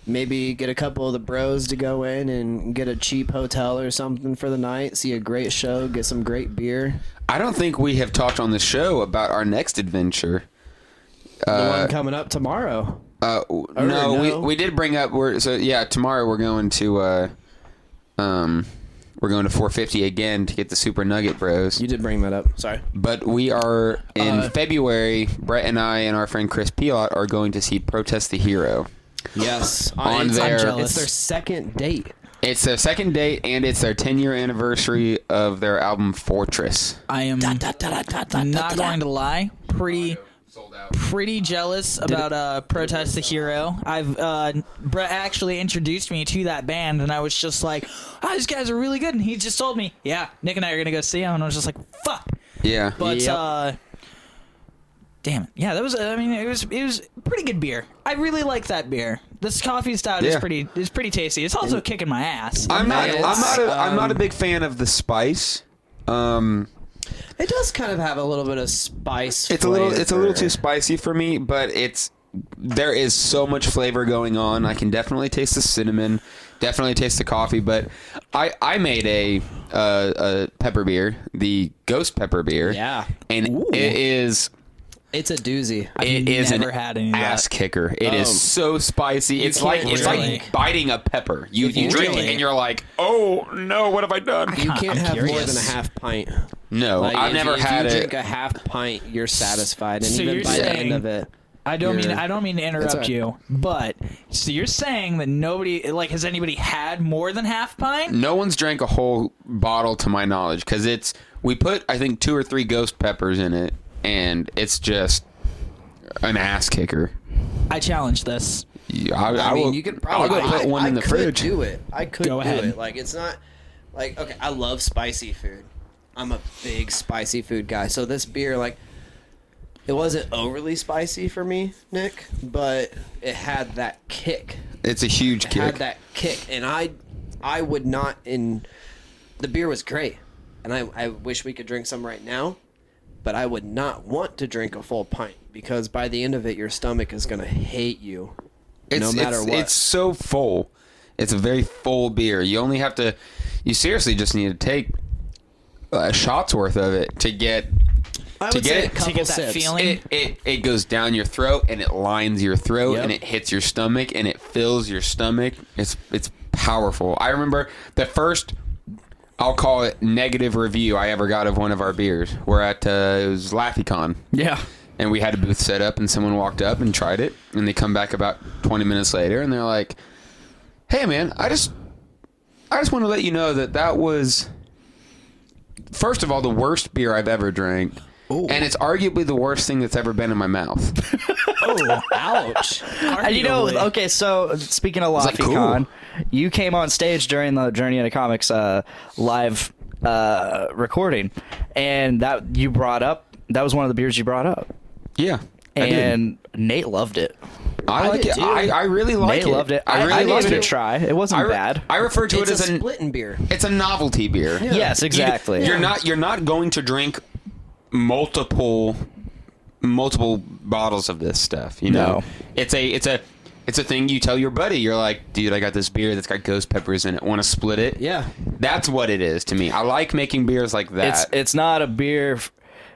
maybe get a couple of the bros to go in and get a cheap hotel or something for the night, see a great show, get some great beer.
I don't think we have talked on the show about our next adventure.
The one coming up tomorrow.
Uh, no, we
Oh, no.
we did bring up we're so yeah, tomorrow we're going to uh um we're going to 450 again to get the Super Nugget Bros.
You did bring that up. Sorry.
But we are in February. Brett and I and our friend Chris Piot are going to see Protest the Hero.
Yes.
On
it's,
their-
it's their second date.
It's their second date, and it's their 10 year anniversary of their album Fortress.
I am not going to lie. Pretty pretty jealous about uh, Protest the Hero. I've uh, Brett actually introduced me to that band, and I was just like, "Oh, these guys are really good." And he just told me, "Yeah, Nick and I are gonna go see them," and I was just like, "Fuck."
Yeah.
But uh, damn it, yeah, that was. I mean, it was it was pretty good beer. I really like that beer. This coffee stout is
Yeah.
pretty is pretty tasty. It's also kicking my ass.
I'm not. I'm
it's,
not. A, I'm not a big fan of the spice. Um,
It does kind of have a little bit of spice.
it's a little. It's a little
flavor.
too spicy for me. But it's there is so much flavor going on. I can definitely taste the cinnamon. Definitely taste the coffee. But I I made a uh, a pepper beer, the ghost pepper beer.
Yeah.
and it is.
It's a doozy.
It is
never
an
had any of that.
ass kicker. It is
Um,
so spicy. It's like
can't
it's
really-
like biting a pepper. You you
can't
drink it
really-
and you're like, oh no, what have I done?
You can't have more
curious.
than a half pint.
No,
Like,
I've
if you-
never
if
had
you
it.
drink a half pint, you're satisfied, and
So
even
you're
by the end
saying-
of it,
I don't mean
You're-
I don't mean to interrupt
all right.
you, but so you're saying that nobody like has anybody had more than half pint?
no one's drank a whole bottle to my knowledge because it's we put I think two or three ghost peppers in it, and it's just an ass kicker.
I challenge this.
You- I,
I, mean,
will,
you could
I'll
probably
go put
I-
one
I
in the
could
fridge.
Do it. I could
Go
do
ahead.
it. Like it's not like okay. I love spicy food. I'm a big spicy food guy. So this beer, like, it wasn't overly spicy for me, Nick, but it had that kick.
It's a huge
It had
kick.
that kick, and I, I would not. In the beer was great, and I, I wish we could drink some right now. But I would not want to drink a full pint because by the end of it, your stomach is gonna hate you.
it's,
no matter
it's,
what.
It's so full. It's a very full beer. You only have to. You seriously just need to take a shot's worth of it to get.
I
to
would
get
say
it-
a
to
couple
get that
sips.
feeling.
It, it it goes down your throat and it lines your throat
Yep.
and it hits your stomach and it fills your stomach. It's it's powerful. I remember the first, I'll call it negative review I ever got of one of our beers. We're at uh, it was LaffyCon,
Yeah.
and we had a booth set up, and someone walked up and tried it, and they come back about 20 minutes later, and they're like, "Hey, man, I just, I just want to let you know that that was." First of all, the worst beer I've ever drank, and it's arguably the worst thing that's ever been in my mouth.
Oh, ouch.
And you know,
Arguably.
okay, so speaking of
like,
LoffyCon, you came on stage during the Journey into Comics uh, live uh, recording, and that you brought up that was one of the beers you brought up,
Yeah, I did.
and Nate loved it.
I, like
did
it.
too.
I, I really like
Nate
it.
loved it.
I
I-
really
I gave
loved
it a
it.
try. It wasn't
I re-
bad.
I refer to
It's
it as
a
an
splitting beer.
it's a novelty beer.
Yes, exactly.
You're not you're not going to drink multiple multiple bottles of this stuff, you know.
No.
It's a it's a it's a thing you tell your buddy. You're like, "Dude, I got this beer that's got ghost peppers in it. Want to split it?"
Yeah.
That's what it is to me. I like making beers like that.
It's it's not a beer. f-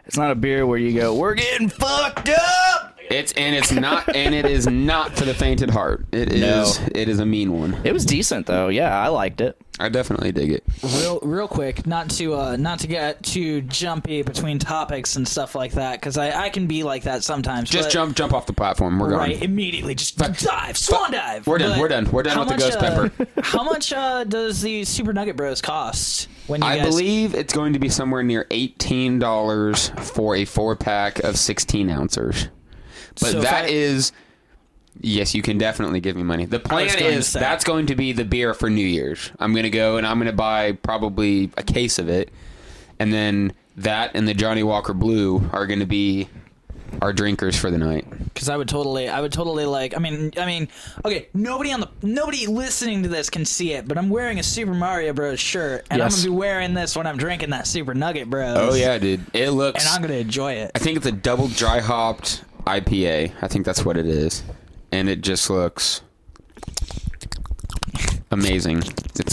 It's not a beer where you go, we're getting fucked up.
It's- and it's not and it is not for the faint at heart. It is
No.
it is a mean one.
It was decent though. Yeah, I liked it.
I definitely dig it.
real real quick not to uh not to get too jumpy between topics and stuff like that because i i can be like that sometimes
Just
but-
jump jump off the platform. We're gone.
right immediately just dive swan dive
We're done,
But
we're done, we're done
how
with the ghost
uh, how much uh does the super nugget bros cost when you
I
guys
believe it's going to be somewhere near eighteen dollars for a four pack of sixteen ounces. But
So if
that
I-
is, yes, you can definitely give me money. The plan
going to
is
say.
that's going to be the beer for New Year's. I'm going to go and I'm going to buy probably a case of it, and then that and the Johnny Walker Blue are going to be our drinkers for the night.
because I would totally, I would totally like. I mean, I mean, okay. Nobody on the, nobody listening to this can see it, but I'm wearing a Super Mario Bros. shirt, and
Yes.
I'm gonna be wearing this when I'm drinking that Super Nugget Bros.
Oh yeah, dude! It looks.
and I'm gonna enjoy it.
I think it's a double dry hopped IPA. I think that's what it is. And it just looks amazing. It's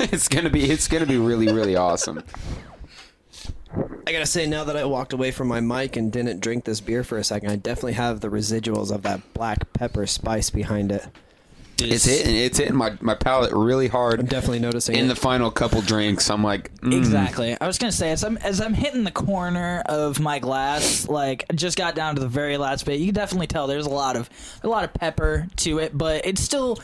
it's gonna be it's gonna be really really awesome.
I gotta say, now that I walked away from my mic and didn't drink this beer for a second, I definitely have the residuals of that black pepper spice behind it.
It's hitting it's hitting my, my palate really hard.
I'm definitely noticing
in
it.
the final couple drinks. I'm like mm,
Exactly. I was gonna say as I'm as I'm hitting the corner of my glass, like I just got down to the very last bit. You can definitely tell there's a lot of a lot of pepper to it, but it's still.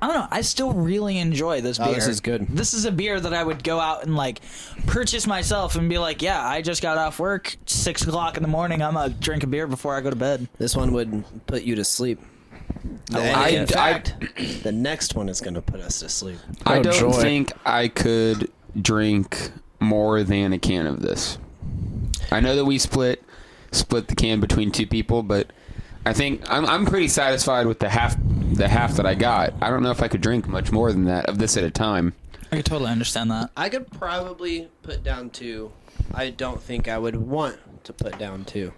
I don't know. I still really enjoy this
Oh,
beer.
this is good.
This is a beer that I would go out and like purchase myself and be like, yeah, I just got off work, six o'clock in the morning. I'm gonna drink a beer before I go to bed.
This one would put you to sleep.
I,
in
I,
fact, the next one is gonna put us to sleep.
I don't think I could drink more than a can of this. I know that we split split the can between two people, but I think I'm I'm pretty satisfied with the half the half that I got. I don't know if I could drink much more than that of this at a time.
I could totally understand that.
I could probably put down two. I don't think I would want to put down two.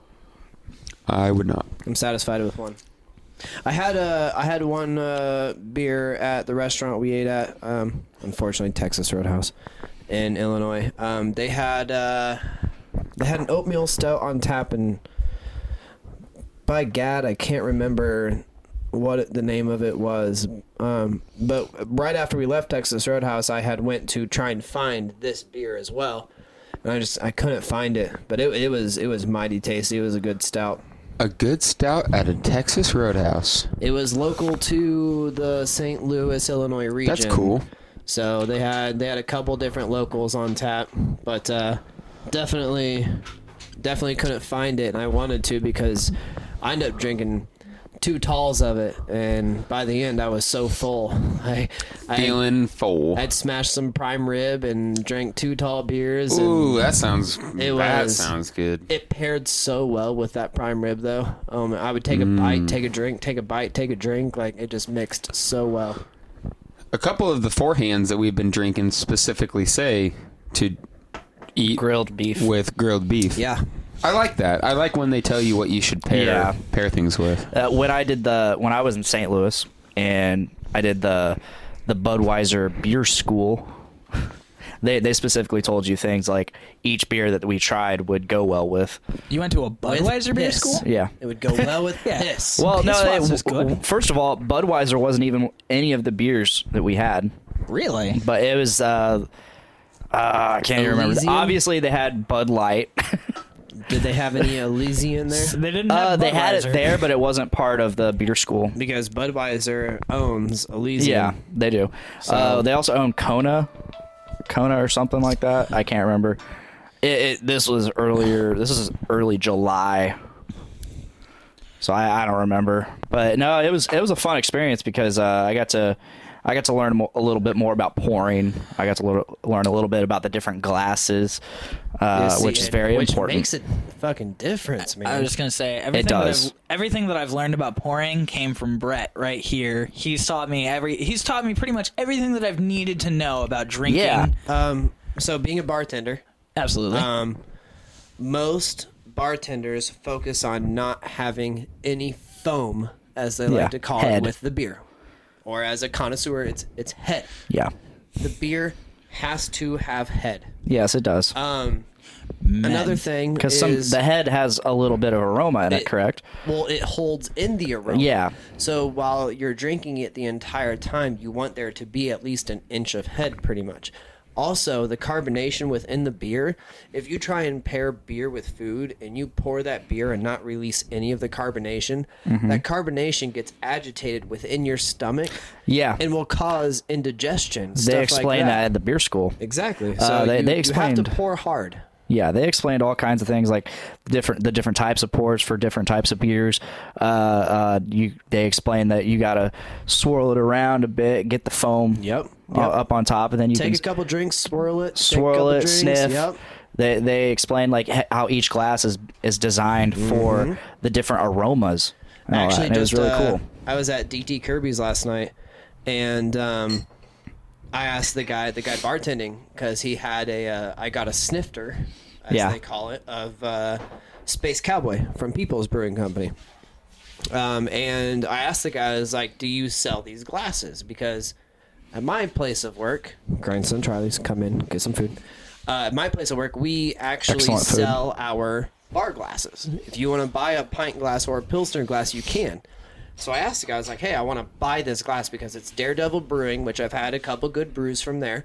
I would not.
I'm satisfied with one. I had uh, I had one uh, beer at the restaurant we ate at. Um, unfortunately, Texas Roadhouse in Illinois. Um, they had uh, they had an oatmeal stout on tap, and by gad, I can't remember what it- the name of it was. Um, but right after we left Texas Roadhouse, I had went to try and find this beer as well, and I just I couldn't find it. But it, it was it was mighty tasty. It was a good stout.
A good stout at a Texas Roadhouse.
It was local to the St. Louis, Illinois region.
That's cool.
So they had they had a couple different locals on tap, but uh, definitely definitely couldn't find it, and I wanted to because I ended up drinking two talls of it, and by the end I was so full. I I
Feeling full.
I'd smashed some prime rib and drank two tall beers.
Ooh,
and
that sounds
It
that
was-
sounds good.
it paired so well with that prime rib, though. Um, I would take a bite,
Mm.
take a drink, take a bite, take a drink. Like it just mixed so well.
A couple of the forehands that we've been drinking specifically say to eat
Grilled beef.
with grilled beef.
Yeah,
I like that. I like when they tell you what you should pair
Yeah.
pair things with.
uh, when I did the when I was in St. Louis and I did the the Budweiser beer school. they they specifically told you things like each beer that we tried would go well with.
You went to a Budweiser beer
this.
school?
Yeah.
It would go well with
Yeah.
this.
Well, no,
Peace Watts
they-
is good.
first of all, Budweiser wasn't even any of the beers that we had,
Really?
but it was. Uh, uh, I can't even remember.
Elysium?
Obviously, they had Bud Light.
Did they have any Elysian there?
They didn't have
uh, they had it
Budweiser.
there, but it wasn't part of the beer school.
Because Budweiser owns Elysian.
Yeah, they do. uh, they also own Kona, Kona or something like that. I can't remember. It, it, this was earlier. This is early July, so I, I don't remember. But no, it was it was a fun experience because uh, I got to I got to learn mo- a little bit more about pouring. I got to lo- learn a little bit about the different glasses, uh,
See,
which is
it-
very
which
important.
Makes it fucking difference, man.
I was just gonna say everything.
does.
That I've, everything that I've learned about pouring came from Brett right here. He's taught me every. He's taught me pretty much everything that I've needed to know about drinking.
Yeah.
um, so being a bartender,
absolutely.
um, most bartenders focus on not having any foam, as they
Yeah,
like to call
head.
it, with the beer, or as a connoisseur, it's it's head.
yeah.
The beer has to have head.
Yes, it does.
Um, another thing
Because some
is
the head has a little bit of aroma in it,
It-
correct?
well, it holds in the aroma.
Yeah.
So while you're drinking it the entire time, you want there to be at least an inch of head, pretty much. Also, the carbonation within the beer, if you try and pair beer with food and you pour that beer and not release any of the carbonation,
Mm-hmm.
that carbonation gets agitated within your stomach
Yeah.
and will cause indigestion.
they explain that. at the beer school.
Exactly. So
Uh, they-
you,
they
you have
explained-
to pour hard.
Yeah, they explained all kinds of things like different the different types of pours for different types of beers. Uh, uh, you they explained that you gotta swirl it around a bit, get the foam
Yep.
u- up on top, and then you
Take a
can
couple drinks, swirl it, take a
swirl
couple
it,
drinks,
sniff.
Yep.
They they explain like he- how each glass is is designed for the different aromas. and all that,
Mm-hmm. Actually,
and
just
it was really
uh,
cool.
I was at DT Kirby's last night, and um, I asked the guy, the guy bartending, because he had a, uh, I got a snifter, as
Yeah.
they call it, of uh, Space Cowboy from People's Brewing Company. Um, and I asked the guy, I was like, "Do you sell these glasses?" Because at my place of work, grindstone Charlie's, come in, get some food. Uh, at my place of work, we actually
Excellent food.
sell our bar glasses. If you want to buy a pint glass or a pilsner glass, you can. So I asked the guy, I was like, "Hey, I want to buy this glass because it's Daredevil Brewing, which I've had a couple good brews from there,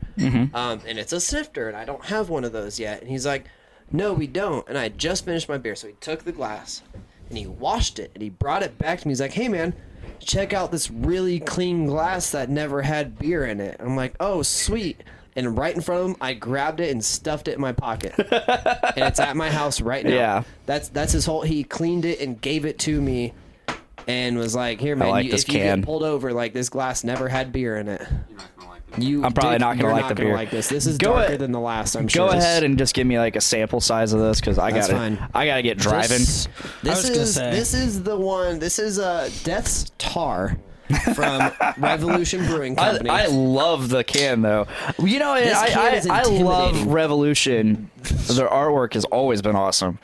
um, and it's a snifter, and I don't have one of those yet." And he's like, "No, we don't." And I had just finished my beer, so he took the glass and he washed it and he brought it back to me. He's like, "Hey, man, check out this really clean glass that never had beer in it." I'm like, "Oh, sweet." And right in front of him, I grabbed it and stuffed it in my pocket. and it's at my house right now.
Yeah.
That's that's his whole he cleaned it and gave it to me and was like, "Here, man,
like
you,
this
if you
can.
get pulled over, like this glass never had beer in it. You,
I'm probably
dick,
not gonna
you're
like
not
the
gonna
beer.
Like this, this is
Go
darker
ahead-
than the last. I'm
Go
sure.
ahead and just give me like a sample size of this because I
That's
got
fine.
I gotta get driving.
This, this
was gonna
is
say.
this is the one. This is uh, Death's Tar from Revolution Brewing
I,
Company.
I love the can though. You know,
This
I,
can
I,
is
I love
intimidating.
Revolution. Their artwork has always been awesome.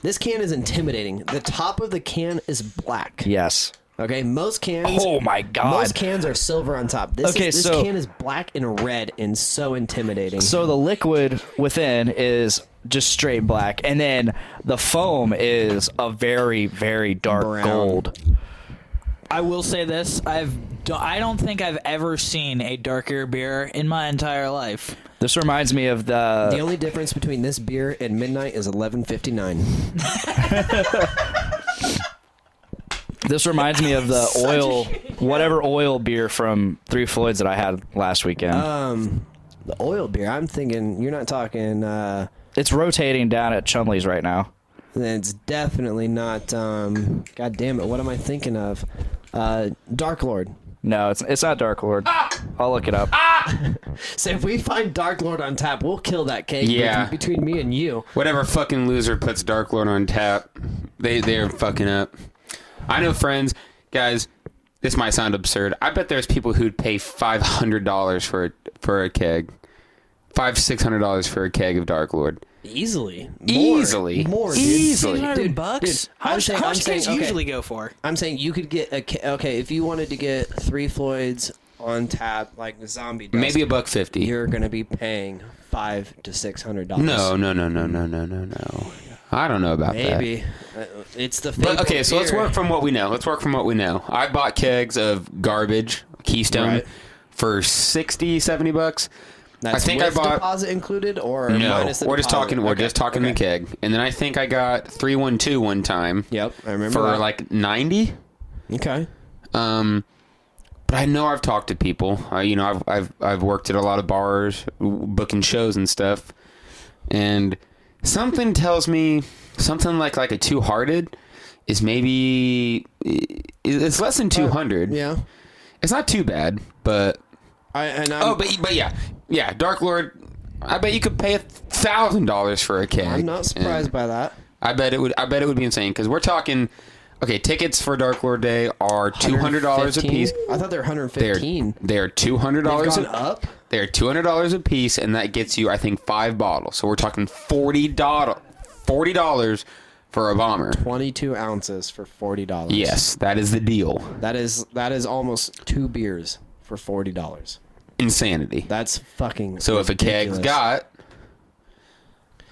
this can is intimidating. The top of the can is black.
Yes.
Okay, most cans.
Oh my god.
Most cans are silver on top. This,
Okay,
is, this
so-
can is black and red and so intimidating.
So the liquid within is just straight black, and then the foam is a very very dark
Brown.
gold.
I will say this: I've do- I don't think I've ever seen a darker beer in my entire life.
This reminds me of
the
the.
only difference between this beer and midnight is 1159.
This reminds me of the oil, whatever oil beer from Three Floyds that I had last weekend.
Um, the oil beer. I'm thinking you're not talking. Uh,
it's rotating down at Chumley's right now.
then it's definitely not. Um, God damn it! What am I thinking of? Uh, Dark Lord.
No, it's it's not Dark Lord. I'll look it up.
So if we find Dark Lord on tap, we'll kill that cake.
Yeah.
bet- Between me and you.
Whatever fucking loser puts Dark Lord on tap, they they're fucking up. I know friends, guys. This might sound absurd. I bet there's people who'd pay five hundred dollars for a, for a keg, five six hundred dollars for a keg of Dark Lord.
Easily.
Easily.
More. Dude.
Easily.
Dude, bucks.
dude,
how
I'm
much,
saying-
how
I'm
much
saying,
cans
okay.
usually go for?
I'm saying you could get a. ca- Okay, if you wanted to get three Floyds on tap, like the zombie. Dust,
Maybe a buck fifty.
you're gonna be paying five to six hundred dollars.
No, no, no, no, no, no, no, no. I don't know about that.
maybe Uh, it's the.
But
fabled
okay, so let's
beer.
work from what we know. Let's work from what we know. I bought kegs of garbage Keystone
Right.
for 60, 70 bucks.
That's
I think I
with
bought
deposit included or
no.
minus the
We're just
deposit?
talking. We're
Okay,
just talking
okay.
the keg. And then I think I got three one two one time.
Yep, I remember
for
that.
like ninety.
Okay.
Um, but I know I've talked to people. Uh, you know, I've I've I've worked at a lot of bars, w- booking shows and stuff, and something tells me something like like a two hearted is maybe i- it's less than two hundred.
Yeah.
it's not too bad, but
I and I'm,
oh, but but yeah, yeah, Dark Lord. I bet you could pay a thousand dollars for a keg.
I'm not surprised
And
by that.
I bet it would. I bet it would be insane because we're talking. Okay, tickets for Dark Lord Day are two hundred dollars a
115?
piece.
I thought they were hundred
They're
fifteen.
they're two hundred
They've
dollars
gone up.
They're two hundred dollars a piece, and that gets you, I think, five bottles. So we're talking forty dollars forty dollars for a bomber.
Twenty-two ounces for forty dollars.
Yes, that is the deal.
That is that is almost two beers for forty dollars.
Insanity.
That's fucking.
So if a keg's
ridiculous.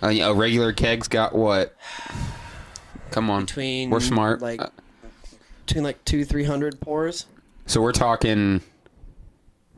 got a, a regular keg's got what? Come on,
Between,
we're smart.
like-
Uh,
between like two three hundred pours.
so we're talking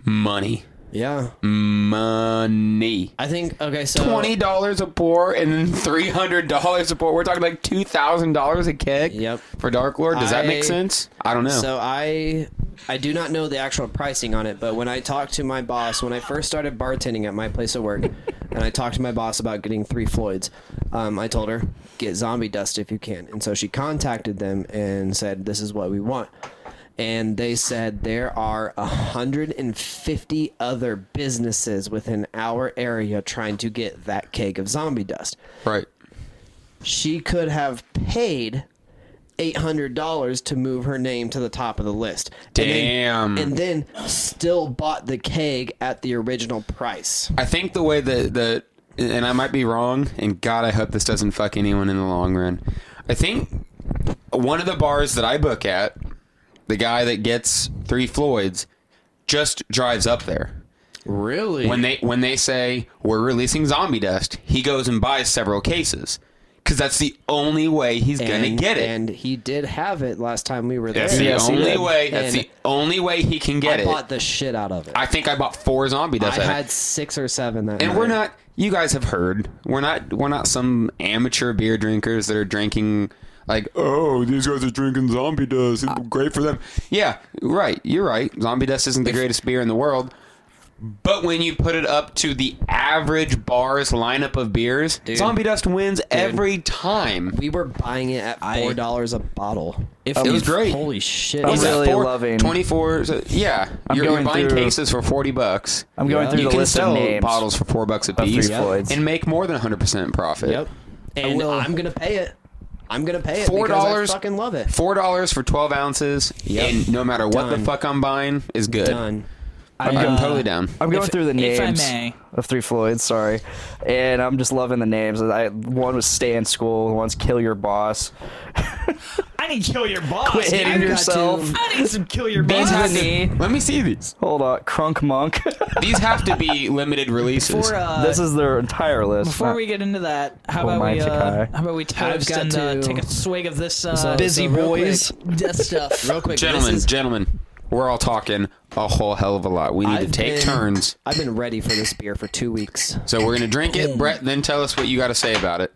money,
Yeah,
money.
I think okay. So
Mm. Twenty dollars a pour and then three hundred dollars a pour. We're talking like two thousand dollars a keg.
Yep.
For Dark Lord, does that
I-
make sense? I don't know.
So I I do not know the actual pricing on it, but when I talked to my boss when I first started bartending at my place of work, and I talked to my boss about getting three Floyds, um, I told her get zombie dust if you can, and so she contacted them and said this is what we want. And they said there are 150 other businesses within our area trying to get that keg of zombie dust
right.
she could have paid eight hundred dollars to move her name to the top of the list.
Damn.
And then, and then still bought the keg at the original price.
I think the way that the and I might be wrong, and God, I hope this doesn't fuck anyone in the long run. I think one of the bars that I book at, the guy that gets three Floyds, just drives up there.
Really?
When they when they say we're releasing zombie dust, he goes and buys several cases because that's the only way he's gonna get it.
And he did have it last time we were there.
That's the
Yes, he
only
did.
way. That's
And
the only way he can get
I
it.
bought the shit out of it. I,
I think I bought four zombie dust. at it.
had six or seven that
and we're
night.
not. You guys have heard. We're not. We're not some amateur beer drinkers that are drinking like, oh, these guys are drinking zombie dust.
Uh,
It's great for them. Yeah, right. You're right. Zombie dust isn't the greatest beer in the world. But when you put it up to the average bar's lineup of beers, zombie dust wins every time.
We were buying it at four dollars a bottle.
If
It was
if-
great.
Holy shit!
I'm
Is that
really
four-
loving-
24 so- yeah
I'm
you're, you're
going
buying
through-
cases for 40 bucks
I'm going through
you
the
can
list of
sell
names
bottles for four bucks a
three
piece
Floyds.
and make more than 100% profit
Yep. And I'm gonna pay it. I'm gonna pay it.
four
because
dollars
I fucking love it.
four dollars for 12 ounces
Yep.
and no matter what
Done.
the fuck i'm buying is good
Done.
i'm,
I, uh,
totally down
I'm going
If-
through the
if I
names
may.
of Three Floyds, sorry, and I'm just loving the names. I, one was Stay in School, one's Kill Your Boss.
I need to kill your boss.
Quit hitting
dude.
yourself.
I need some kill your
these
boss.
have
Bonnie.
to, let me see these
Hold on, Crunk Monk.
these have to be limited releases
Before, uh,
this is their entire list.
before
not-
we get into that, how
Well,
about we
mine's a
uh,
guy.
how about we toast
got
and uh,
to-
take a swig of this uh,
Busy
real
boys.
quick, death stuff.
Real quick,
gentlemen
This is,
gentlemen we're all talking a whole hell of a lot we need to
I've
take
been-
turns
I've been ready for this beer for two weeks.
so we're gonna drink it brett then tell us what you got to say about it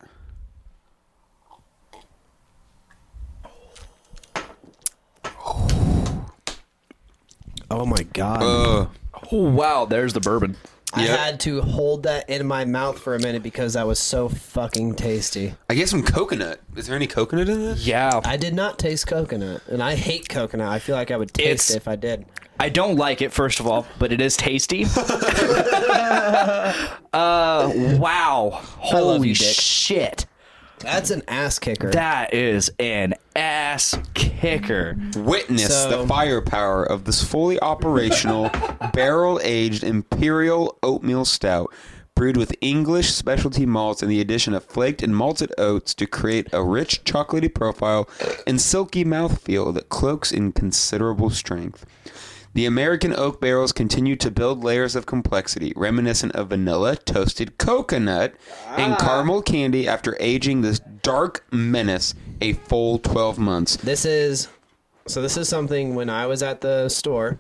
Oh my god!
Ugh.
oh wow, there's the bourbon.
I
Yep.
had to hold that in my mouth for a minute because that was so fucking tasty.
I get some coconut. Is there any coconut in this?
Yeah,
I did not taste coconut, and I hate coconut. I feel like I would taste
It's-
it if I did.
I don't like it first of all, but it is tasty. uh, wow,
love
holy
you, Dick.
shit.
That's an ass kicker.
That is an ass kicker.
Witness
So-
the firepower of this fully operational, barrel aged imperial oatmeal stout brewed with English specialty malts and the addition of flaked and malted oats to create a rich chocolatey profile and silky mouthfeel that cloaks in considerable strength. The American oak barrels continue to build layers of complexity, reminiscent of vanilla, toasted coconut, and caramel candy after aging this dark menace a full 12 months.
This is so. This is something when I was at the store,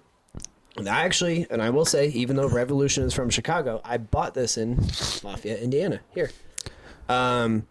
and I actually, and I will say, even though Revolution is from Chicago, I bought this in Lafayette, Indiana. Here, um,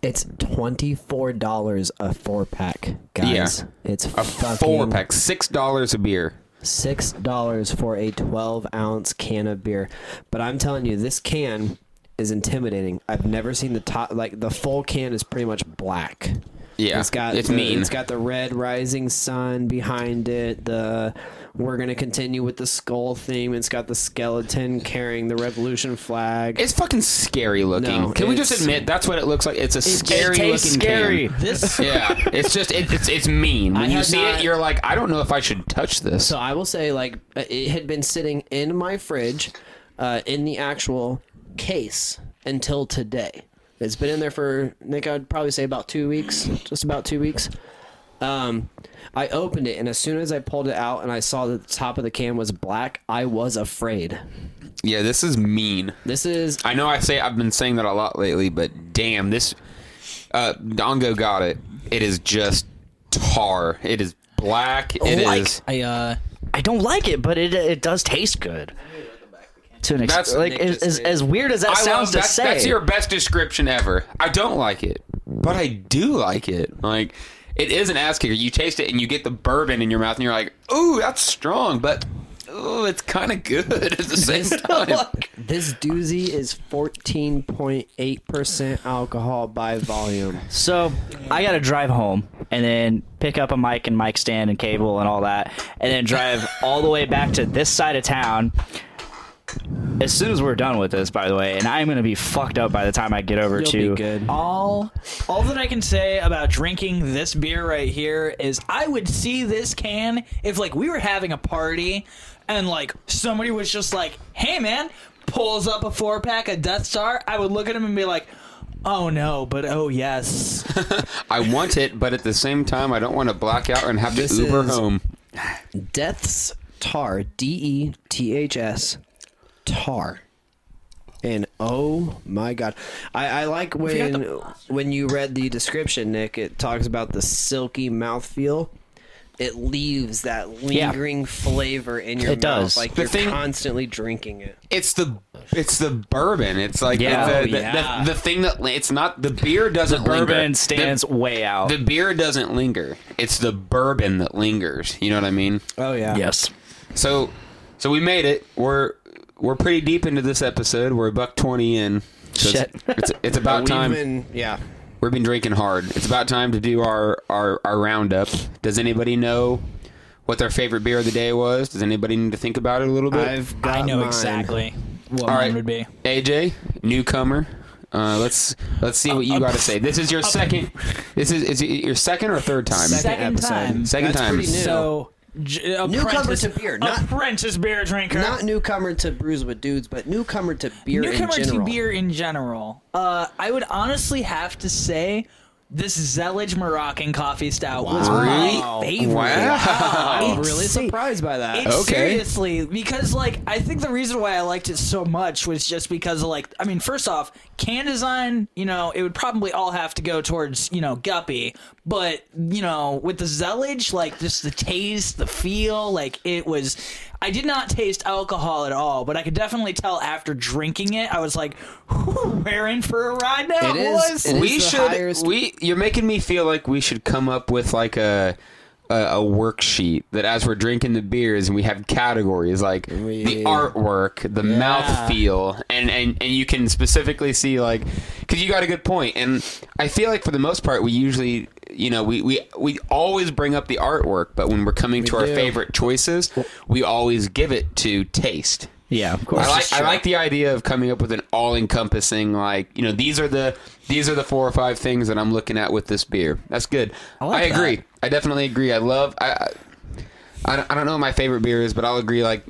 it's twenty four dollars a four pack, guys. it's
A four pack, $6 a beer.
six dollars for a 12 ounce can of beer but i'm telling you this can is intimidating i've never seen the top like the full can is pretty much black
Yeah,
it's got
it's
the,
mean.
it's got the red rising sun behind it the we're gonna continue with the skull theme it's got the skeleton carrying the revolution flag
It's fucking scary looking.
No,
Can we just
it's-
admit that's what it looks like? It's a scary looking
tastes scary.
can.
This
Yeah, it's just it, it's it's mean. When
I
you
have
see it,
not-
you're like, I don't know if I should touch this.
So I will say, like, uh, it had been sitting in my fridge, uh, in the actual case until today. It's been in there for Nick. I'd probably say about two weeks, just about two weeks. Um, I opened it, and as soon as I pulled it out and I saw that the top of the can was black, I was afraid.
yeah, this is mean.
This is
I know I say I've been saying that a lot lately, but damn, this uh Dongo got it. It is just tar. It is black. It is.
Like-
I uh
I don't like it, but it it does taste good. To an
That's-
extent, like
Nick
as,
just
as,
made-
as weird as that
I
sounds
love,
to
that's,
say.
that's your best description ever. I don't like it, but I do like it. Like it is an ass kicker. You taste it and you get the bourbon in your mouth, and you're like, "Ooh, that's strong," but ooh, it's kind of good at the same time.
this doozy is fourteen point eight percent alcohol by volume.
So I gotta drive home and then pick up a mic and mic stand and cable and all that, and then drive all the way back to this side of town. As soon as we're done with this, by the way, and I'm gonna be fucked up by the time I get over
You'll
to
be good.
all all that I can say about drinking this beer right here is I would see this can if like we were having a party and like somebody was just like, "Hey man," pulls up a four pack of Death Star, I would look at him and be like, "Oh no, but oh yes."
I want it, but at the same time, I don't want to black out and have to
This
Uber
is-
home.
Death's Tar, D E T H S, Tar. And oh my god, I, I like when when you read the description, Nick. It talks about the silky mouthfeel. It leaves that lingering flavor in your
It
mouth,
does.
like
The
you're
thing-
constantly drinking it.
It's the it's the bourbon. It's like
Yeah.
the,
Oh,
the, the-
yeah.
the, thing that it's not the beer doesn't linger.
Bourbon
The-
stands way out.
the beer doesn't linger. It's the bourbon that lingers. You know what I mean?
Oh yeah,
yes,
So, so we made it. We're we're pretty deep into this episode. We're a buck twenty in. So it's-
Shit.
It's, it's, about time.
yeah,
We've been drinking hard. It's about time to do our our our roundup. Does anybody know what their favorite beer of the day was? Does anybody need to think about it a little bit?
I've got
I know
mine.
exactly what
All
mine
right.
would be.
AJ, newcomer. Uh, let's let's see what you got to say. This is your second. This is is it your second or third time?
Second
episode.
time.
Second
That's
time.
pretty new.
So j-
Newcomer
apprentice-
to beer, not-
apprentice beer drinker.
Not newcomer to brews with dudes, but newcomer to beer. in
newcomer to
general.
beer in general. Uh, I would honestly have to say this Zellige Moroccan coffee stout was my
Really?
favorite.
Wow.
I'm
I'm really surprised by that.
It
Okay.
seriously because like I think the reason why I liked it so much was just because of like I mean first off can design you know it would probably all have to go towards you know Guppy but you know with the Zellage like just the taste the feel like it was I did not taste alcohol at all but I could definitely tell after drinking it I was like "Whew, we're in for a ride now
It is-
boys
it is-
we
the
should
highest-
we you're making me feel like we should come up with like a a, a worksheet that as we're drinking the beers and we have categories like the artwork the mouth feel and, and and you can specifically see like because you got a good point and i feel like for the most part we usually you know we we, we always bring up the artwork but when we're coming to our
do.
favorite choices we always give it to taste
yeah, of course.
I like, I like the idea of coming up with an all-encompassing like you know these are the these are the four or five things that I'm looking at with this beer. That's good. I,
like
agree. I definitely agree. I love. I, I I don't- I don't know what my favorite beer is, but I'll agree. Like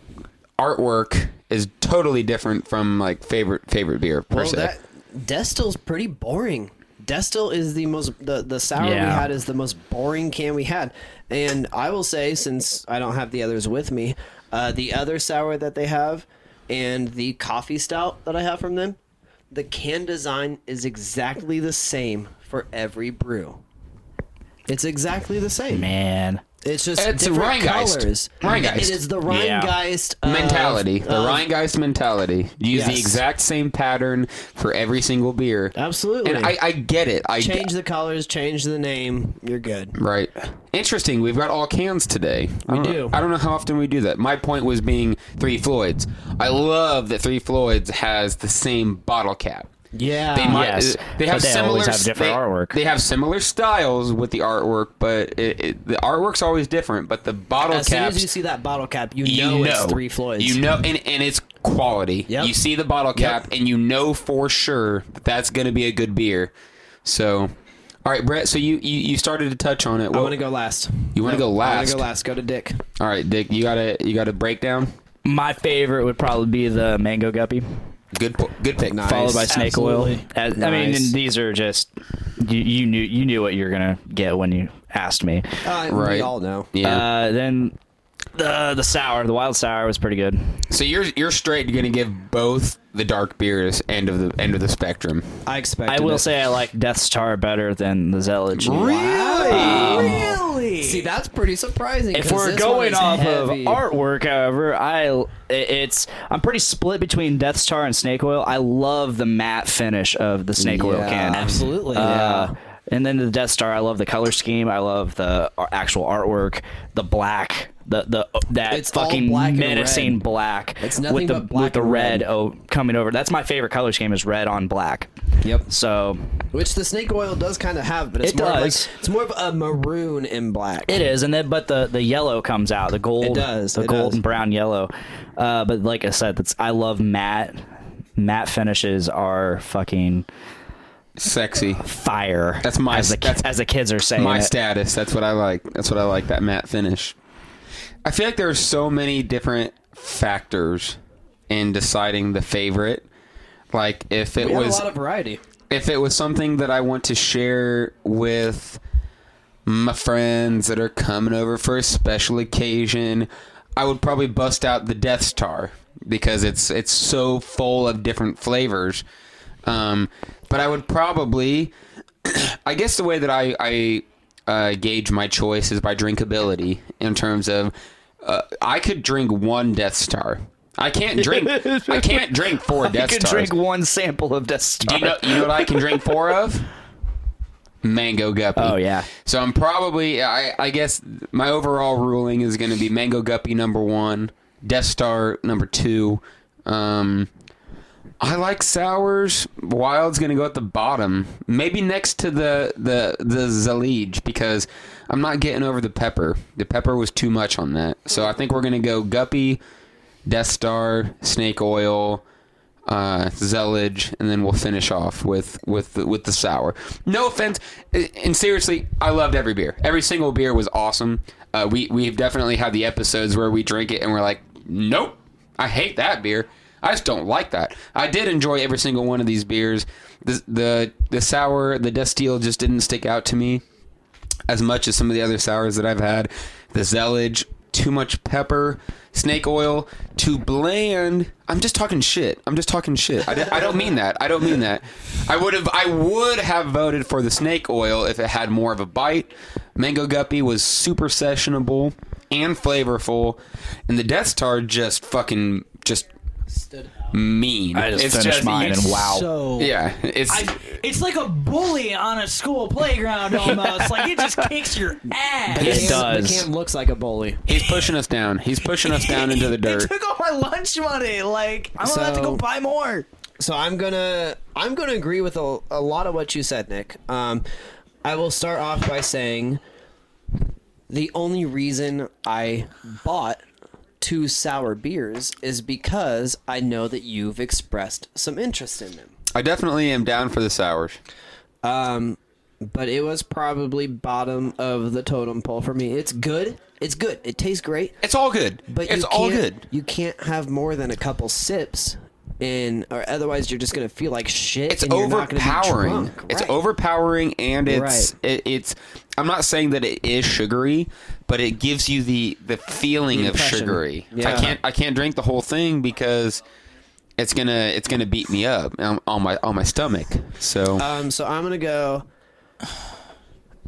artwork is totally different from like favorite favorite beer per
Well,
se.
that Destil's Oh, pretty boring. Destil is the most the the sour we
Yeah.
had is the most boring can we had, and I will say since I don't have the others with me, uh, the other sour that they have, and the coffee stout that I have from them, the can design is exactly the same for every brew. It's exactly the same.
Man.
It's just
It's a
different
Rheingeist.
colors.
Rheingeist.
It is the Rheingeist of-
mentality, the
of-
Rheingeist mentality. Use the
uh, Yes.
exact same pattern for every single beer.
Absolutely.
And I, I get it. I
change the colors, change the name. You're good.
Right. Interesting. We've got all cans today. We I don't-
do.
I don't know how often we do that. My point was being Three Floyds. I love that Three Floyds has the same bottle cap.
Yeah.
They might.
Yes,
They have
but they
similar.
always have different
they,
artwork.
They have similar styles with the artwork, but it, it, the artwork's always different. But the bottle
as soon
caps.
as you see that bottle cap, you,
you
know,
know
it's three Floyds.
You know, and, and it's quality.
Yep.
You see the bottle cap, and you know for sure that that's going to be a good beer. So, all right, Brett. So you you, you started to touch on it.
I
What-
want to go last.
You wanna go
I want
last?
to go last. Go to Dick.
All right, Dick. You got a you got a breakdown.
My favorite would probably be the mango guppy,
Good po- good pick.
followed by snake oil.
Absolutely.
As- I mean,
Nice.
and these are just you, you knew you knew what you were gonna get when you asked me.
Uh,
Right.
We all know.
Yeah.
Uh, then the the sour, the wild sour was pretty good.
so you're you're straight. You're gonna give both the dark beers end of the end of the spectrum.
I expect.
I will say I like Death Star better than the Zealot.
Um,
really. See, that's pretty surprising.
If
'cause
we're
this one
going
is
off
heavy.
of artwork, however, I it's I'm pretty split between Death Star and Snake Oil. I love the matte finish of the Snake Oil
Yeah.
can.
Absolutely.
Uh, and then the Death Star, I love the color scheme. I love the ar- actual artwork, the black, the the uh, that
It's all
fucking
black and
menacing
red.
black.
It's nothing
with the
but black
with the
and
red,
red.
oh coming over. That's my favorite color scheme is red on black.
Yep.
So
Which the snake oil does kind of have, but it's
It
more of like-
does.
it's more of a maroon and black.
It is, and then but the the yellow comes out, the gold.
It does,
the
it
gold
does.
and brown yellow. Uh, but like I said, that's I love matte. Matte finishes are fucking
Sexy.
fire.
That's my-
as the, ki-
that's
as the kids are saying.
my
it.
status. That's what I like. That's what I like. That matte finish. I feel like there are so many different factors in deciding the favorite. Like if it
We have a
was
lot of variety.
if it was something that I want to share with my friends that are coming over for a special occasion, I would probably bust out the Death Star because it's it's so full of different flavors. Um, but I would probably, I guess, the way that I I uh, gauge my choice is by drinkability in terms of uh, I could drink one Death Star. I can't drink. I can't drink four
You
Death
could
Stars.
drink one sample of Death
Do
Star.
you know, you know what I can drink four of? Mango guppy.
Oh, yeah.
So I'm probably I, I guess my overall ruling is going to be mango guppy number one, Death Star number two. Um, I like sours. Wild's going to go at the bottom, maybe next to the the the Zalige because I'm not getting over the pepper. The pepper was too much on that. So I think we're going to go guppy, Death Star, Snake Oil, uh, Zellage, and then we'll finish off with with the, with the sour. No offense, a- and seriously, I loved every beer. Every single beer was awesome. Uh, we we've definitely had the episodes where we drink it and we're like, nope, I hate that beer. I just don't like that. I did enjoy every single one of these beers. The the, the sour, the Destille just didn't stick out to me as much as some of the other sours that I've had. The Zellage, too much pepper, snake oil, too bland. I'm just talking shit. I'm just talking shit. I, d- I don't mean that. I don't mean that. I would have I would have voted for the snake oil if it had more of a bite. Mango Guppy was super sessionable and flavorful, and the Death Star just fucking just mean.
I just finished mine and wow.
So
Yeah, it's
I, it's like a bully on a school playground almost. like it just kicks your
It
ass.
The can-
does.
The can looks like a bully.
he's pushing us down. He's pushing us down into the
They
dirt.
took all my lunch money. Like I'm gonna have to go
So-
buy more.
So I'm gonna I'm gonna agree with a, a lot of what you said, Nick. Um, I will start off by saying the only reason I bought two sour beers is because I know that you've expressed some interest in them.
I definitely am down for the sours.
But it was probably bottom of the totem pole for me. It's good. It's good. It tastes great.
It's all good.
But
it's
you
all
can't-
good.
You can't have more than a couple sips and or otherwise you're just gonna feel like shit.
it's
and you're not gonna be
overpowering.
drunk,
It's
right.
overpowering, and it's it, it's. I'm not saying that it is sugary, but it gives you the the feeling of
impression.
sugary. I
Yeah.
can't I can't drink the whole thing because it's gonna it's gonna beat me up on on my on my stomach. So
Um, so I'm gonna go.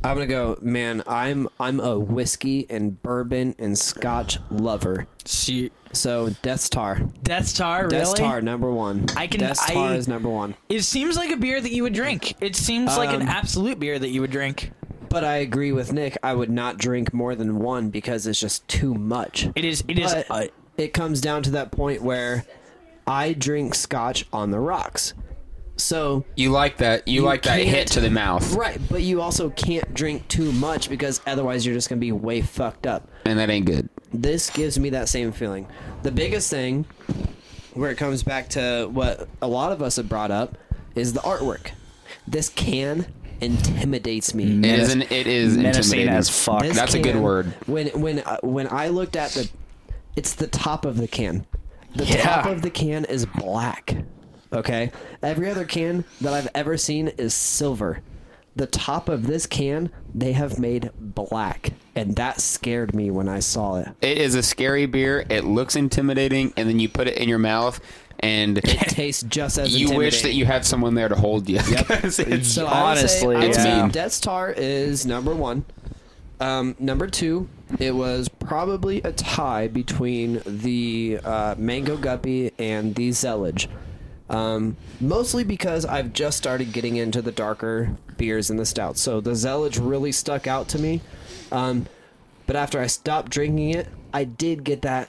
I'm gonna go, man. I'm I'm a whiskey and bourbon and Scotch lover.
See,
So Death Star,
Death Star,
Death
really?
Star number one.
I can-
Death Star
I-
is number one.
It seems like a beer that you would drink. It seems like
Um,
an absolute beer that you would drink.
But I agree with Nick. I would not drink more than one because it's just too much.
It is. It is.
But it comes down to that point where I drink Scotch on the rocks. So
you like that you,
You
like that hit
can't-
to the mouth,
right, but you also can't drink too much because otherwise you're just gonna be way fucked up.
and that ain't good.
this gives me that same feeling. The biggest thing, where it comes back to what a lot of us have brought up, is the artwork. This can intimidates me.
It is an, it is
menacing
intimidating
as fuck.
This
Mm, That's a good
can-
word.
When when uh, when I looked at the, it's the top of the can. The top of the can is black. Okay. Every other can that I've ever seen is silver. The top of this can they have made black, and that scared me when I saw it.
It is a scary beer. It looks intimidating, and then you put it in your mouth, and
It tastes just as
you wish that you had someone there to hold you. 'Cause it's-
So
Honestly,
I would say, I would
yeah.
say Death Star is number one. Um, number two, it was probably a tie between the uh, Mango Guppy and the Zellage. Um, mostly because I've just started getting into the darker beers and the stouts. So the Zellage really stuck out to me. Um, but after I stopped drinking it, I did get that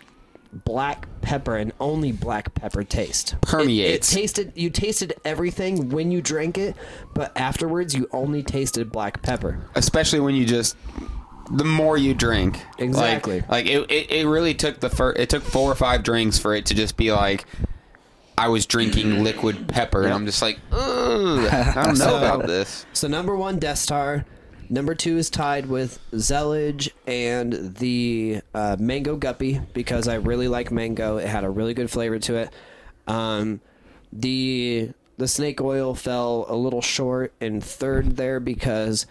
black pepper and only black pepper taste.
Permeates.
It, it tasted you tasted everything when you drank it, but afterwards you only tasted black pepper.
especially when you just the more you drink
Exactly.
like, like it, it, it really took the first it took four or five drinks for it to just be like i was drinking liquid pepper and i'm just like Ugh, i don't know about this
Mm. So number one, Death Star. Number two is tied with Zellage and the uh, Mango Guppy because I really like mango. It had a really good flavor to it. Um, the the snake oil fell a little short in third there because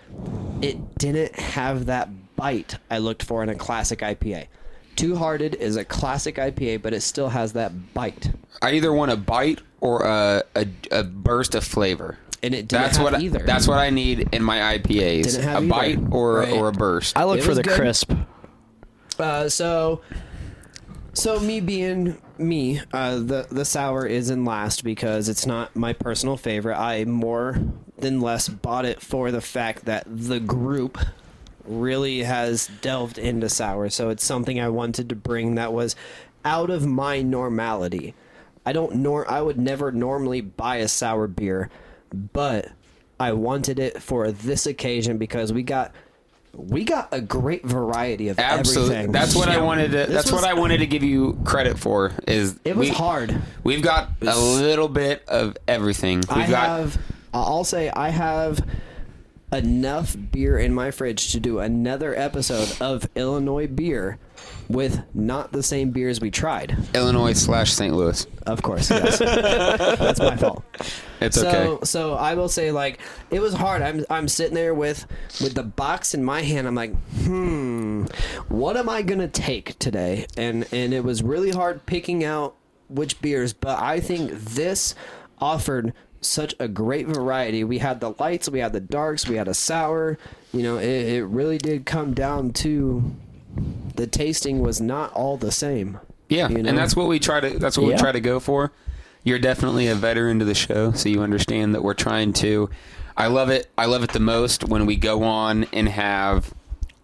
it didn't have that bite I looked for in a classic IPA. Two Hearted is a classic IPA, but it still has that bite,
i either want a bite or a, a, a burst of flavor
and it didn't
that's
have
what
either.
I, that's what i need in my ipas
Didn't have
a
either.
bite or
Right.
or a burst
I look
It
for
was
the
good.
crisp.
Uh, so, so me being me, uh, the the sour is in last because it's not my personal favorite. I more than less bought it for the fact that the group really has delved into sour. So it's something I wanted to bring that was out of my normality. I don't nor I would never normally buy a sour beer, but I wanted it for this occasion because we got we got a great variety of
Absolutely,
everything.
that's what I
Yeah.
wanted to.
This
that's
was-
what I wanted to give you credit for. Is
It was
we-
hard.
We've got a little bit of everything. We've
I
got
have. I'll say I have enough beer in my fridge to do another episode of Illinois beer with not the same beers we tried.
Illinois slash St. Louis.
Of course, yes. that's my fault.
It's
So,
okay.
so I will say, like, it was hard. I'm, I'm sitting there with, with the box in my hand. I'm like, hmm, what am I gonna take today? And, and it was really hard picking out which beers. But I think this offered such a great variety. We had the lights, we had the darks, we had a sour. You know, it, it really did come down to the tasting was not all the same.
Yeah,
you know?
and that's what we try to. That's what we
Yeah.
try to go for. You're definitely a veteran to the show, so you understand that we're trying to. I love it. I love it the most when we go on and have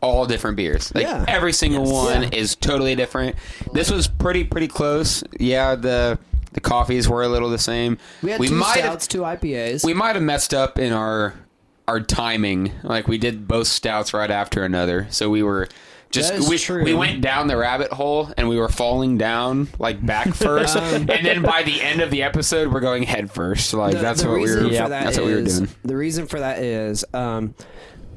all different beers. Like
Yeah.
every single one is totally different. This was pretty pretty close. Yeah, the the coffees were a little the same.
we had two stouts, two IPAs.
we might have messed up in our our timing. Like we did both stouts right after another, so we were just
That is
we,
true.
we went down the rabbit hole and we were falling down like back first, and then by the end of the episode, we're going head first. Like
The-
that's
the
what we
reason
were.
for
That's what we were
is-
doing.
The reason for that is um,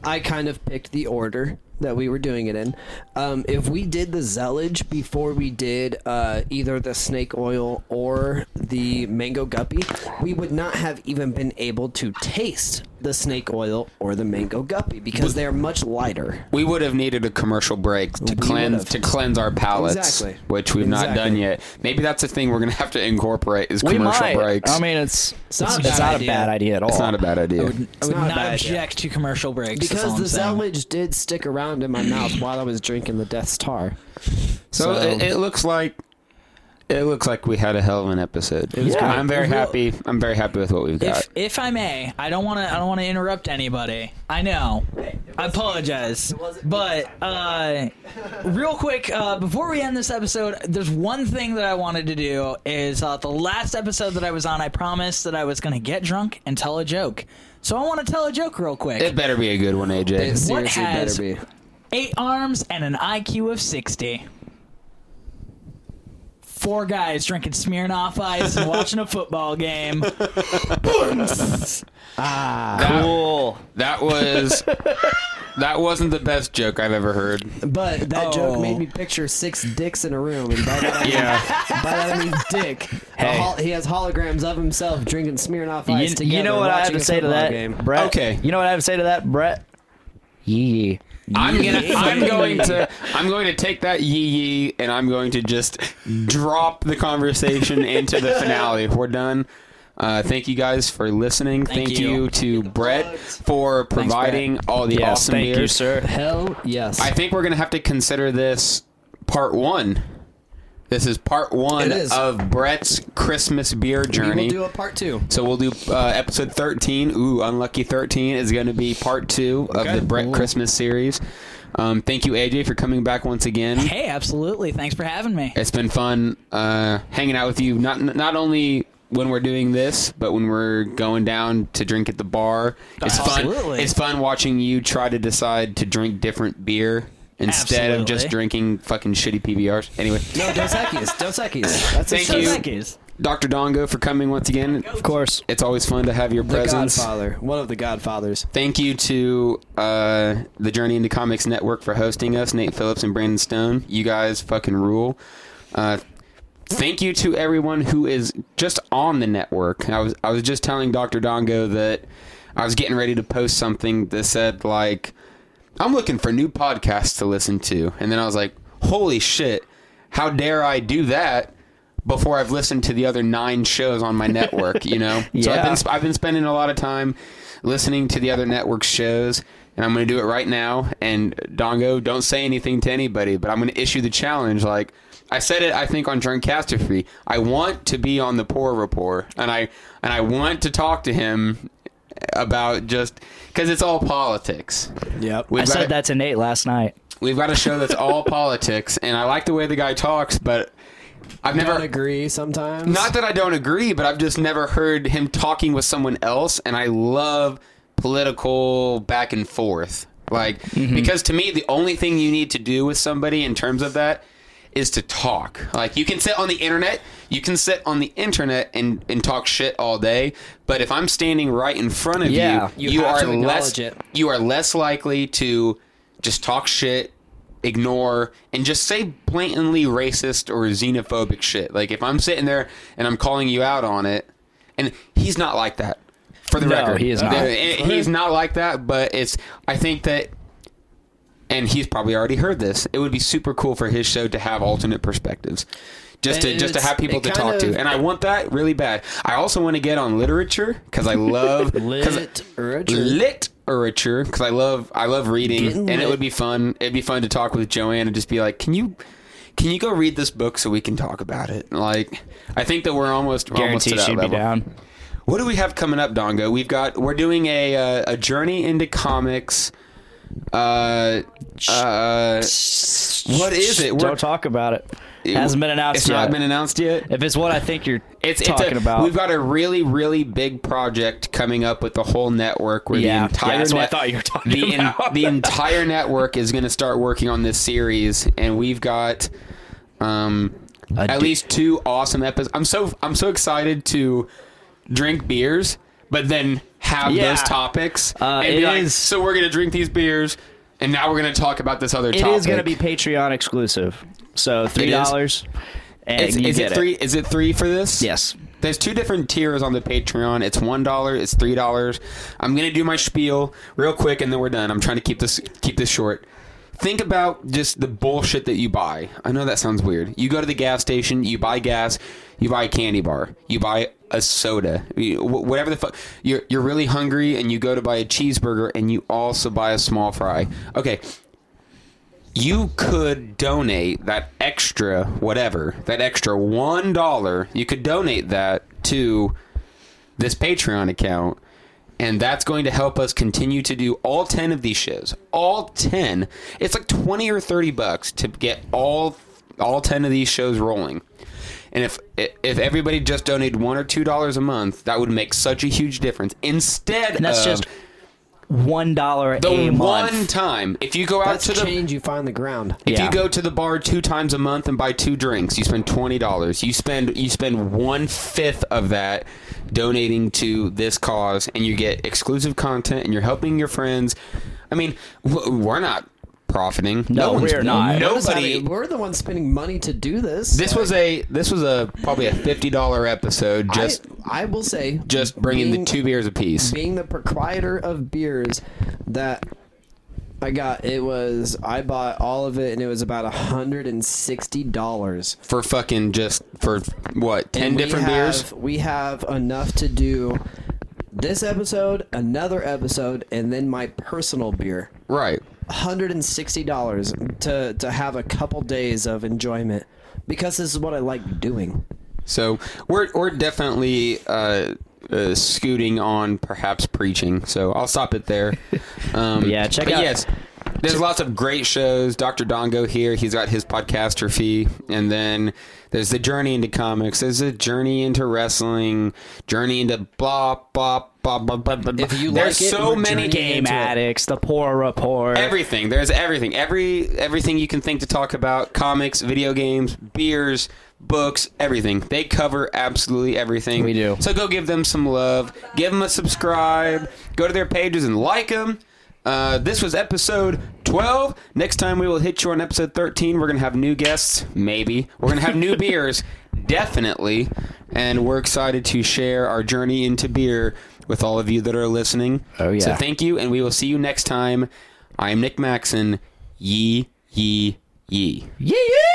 I kind of picked the order
that we were doing it in, um, if we did the Zellage before we did uh, either the snake oil or the mango guppy, we would not have even been able to taste the snake oil or the mango guppy because they are much lighter.
We would have needed a commercial break to cleanse
would've.
to cleanse our palates,
Exactly.
which we've not done yet. Maybe that's a thing we're gonna have to incorporate is
We
commercial
might.
breaks.
I mean, it's it's
not
not,
a
it's,
bad
not a
idea.
bad idea at all.
it's not a bad idea.
I would
not a
not,
bad idea.
object to commercial breaks. that's all
Because
I'm
the
saying.
Zellage did stick around in my mouth while I was drinking the Death Star.
so it, it looks like it looks like we had a hell of an episode. I'm very happy. I'm very happy with what we've got.
If, if I may, I don't want to. I don't want to interrupt anybody. I know. I apologize, but uh, real quick uh, before we end this episode, there's one thing that I wanted to do. Is uh, the last episode that I was on, I promised that I was going to get drunk and tell a joke. So I want to tell a joke real quick.
it better be a good one, AJ.
It seriously
has-
better be.
Eight arms and an IQ of 60. Four guys drinking Smirnoff ice and watching a football game.
cool.
that was that wasn't the best joke I've ever heard.
But that
Oh.
joke made me picture six dicks in a room, and by that I mean,
Yeah,
by that I mean dick. A hol- he has holograms of himself drinking Smirnoff
You,
ice
you
together.
know what I have
watching
to
a
say to
football
that,
game.
Brett?
Okay.
You know what I have to say to that, Brett? Yee.
I'm gonna. I'm going to. I'm going to take that yee yee, and I'm going to just drop the conversation into the finale. We're done. Uh, thank you guys for listening. Thank, you.
you.
to Brett for providing all the
Yes,
awesome
thank
beers.
you, sir.
Hell yes.
I think we're gonna have to consider this part one. This is part one
It is.
of Brett's Christmas beer journey.
we will do a part two.
So we'll do uh, episode 13. Ooh, Unlucky 13 is going to be part two of the Brett Christmas series. Um, thank you, AJ, for coming back once again.
Hey, absolutely. Thanks for having me.
It's been fun uh, hanging out with you, not not only when we're doing this, but when we're going down to drink at the bar. It's fun.
Absolutely.
It's fun watching you try to decide to drink different beer instead of just
Absolutely.
drinking fucking shitty PBRs. Anyway,
No, Dos Equis. Dos Equis. That's
thank
a
you,
Thank
Dr. Dongo, for coming once again.
Of course.
It's always fun to have your
the
presence.
Godfather. One of the Godfathers.
Thank you to uh, the Journey into Comics Network for hosting us, Nate Phillips and Brandon Stone. You guys fucking rule. Uh, thank you to everyone who is just on the network. I was I was just telling Dr. Dongo that I was getting ready to post something that said like I'm looking for new podcasts to listen to, and then I was like, holy shit, how dare I do that? Before I've listened to the other nine shows on my network, you know, so I've been
Yeah.
sp- I've been spending a lot of time listening to the other network shows, and I'm going to do it right now. And Dongo, don't say anything to anybody, but I'm going to issue the challenge. Like I said it, I think on Drunkcastrophe, I want to be on the Poor Report, and I and I want to talk to him about just because it's all politics.
Yep.
We've
I
got
said
a-
that to Nate last night.
We've got a show that's all politics, and I like the way the guy talks, but I've
Don't
never
agree sometimes.
not that I don't agree, but I've just never heard him talking with someone else, and I love political back and forth. Like,
Mm-hmm.
because to me, the only thing you need to do with somebody in terms of that is to talk. Like, you can sit on the internet, you can sit on the internet and, and talk shit all day, but if I'm standing right in front of
Yeah,
you,
you have
are
to acknowledge
less
it.
you are less likely to just talk shit, ignore, and just say blatantly racist or xenophobic shit. Like if I'm sitting there and I'm calling you out on it, and he's not like that. For the
No,
record,
he is not.
There- eh, He's not like that. But it's. I think that. And he's probably already heard this. It would be super cool for his show to have alternate perspectives, just to
And
just to
it's-
have people
it
to
kind
talk to.
of-
And I want that really bad. I also want to get on literature because I love 'cause-
Literature.
literature because I love I love reading
Getting
and it
lit.
would be fun. It'd be fun to talk with Joanne and just be like, "Can you can you go read this book so we can talk about it?" Like, I think that we're almost we're almost to
Guarantee
that
she'd
level.
be down.
What do we have coming up, Dongo? We've got we're doing a uh, a journey into comics. Uh, uh, what is it? We're-
Don't talk about it. Hasn't been announced
It's not
yet.
been announced yet.
if it's what I think you're
It's it's
talking
a-
about.
We've got a really, really big project coming up with the whole network. Where
Yeah.
the entire
Yeah, that's what I
net-
thought you were talking
the
about.
the entire network is going to start working on this series, and we've got um,
A
at
di-
least two awesome episodes. I'm so I'm so excited to drink beers, but then have
Yeah.
those topics
Uh,
and be
it
like,
is-
so we're going to drink these beers. And now we're going to talk about this other
It
topic.
is going to be Patreon exclusive. So three dollars, and
Is,
you
is
get
it three? Is it three for this?
Yes.
There's two different tiers on the Patreon. It's one dollar. It's three dollars. I'm gonna do my spiel real quick, and then we're done. I'm trying to keep this keep this short. Think about just the bullshit that you buy. I know that sounds weird. You go to the gas station, you buy gas, you buy a candy bar, you buy a soda, you- wh- whatever the fuck. You're you're really hungry, and you go to buy a cheeseburger, and you also buy a small fry. Okay, you could donate that extra whatever that extra one dollar you could donate that to this patreon account and that's going to help us continue to do all 10 of these shows all 10 it's like 20 or 30 bucks to get all all 10 of these shows rolling and if if everybody just donated one or two dollars a month that would make such a huge difference instead
And that's
of
just one dollar
the
a
one
month.
time if you go out
That's
to the
change you find the ground.
if
Yeah.
you go to the bar two times a month and buy two drinks, you spend twenty dollars. You spend you spend one fifth of that donating to this cause, and you get exclusive content, and you're helping your friends. I mean, w- we're not profiting.
No, we are not.
We're just
Nobody.
having- we're the ones spending money to do this.
this was a this was a probably a fifty dollar episode. Just
I, I will say,
just bringing
being-
the two beers apiece.
being the proprietor of beers that I got it was I bought all of it and it was about hundred and sixty dollars.
for fucking just for what ten different beers.
We have enough to do this episode, another episode, and then my personal beer.
Right.
Hundred and sixty dollars to to have a couple days of enjoyment because this is what I like doing.
So we're we're definitely uh, uh, scooting on, perhaps preaching. So I'll stop it there. Um,
Yeah, check
but
out-
Yes, there's lots of great shows. Doctor Dongo here. He's got his podcaster fee, and then there's the journey into comics. There's a journey into wrestling. Journey into blah blah blah blah blah. blah. If
you
there's
like it,
so
we're
many
Game addicts, the poor report.
Everything. There's everything. Every everything you can think to talk about. Comics, video games, beers, books, everything. They cover absolutely everything.
We do.
So go give them some love. Give them a subscribe. Go to their pages and like them. Uh, this was episode 12. Next time we will hit you on episode 13. We're going to have new guests, maybe. We're going to have new beers, definitely. And we're excited to share our journey into beer with all of you that are listening.
Oh, yeah.
So thank you, and we will see you next time. I am Nick Maxon. Ye, ye, ye.
yeah.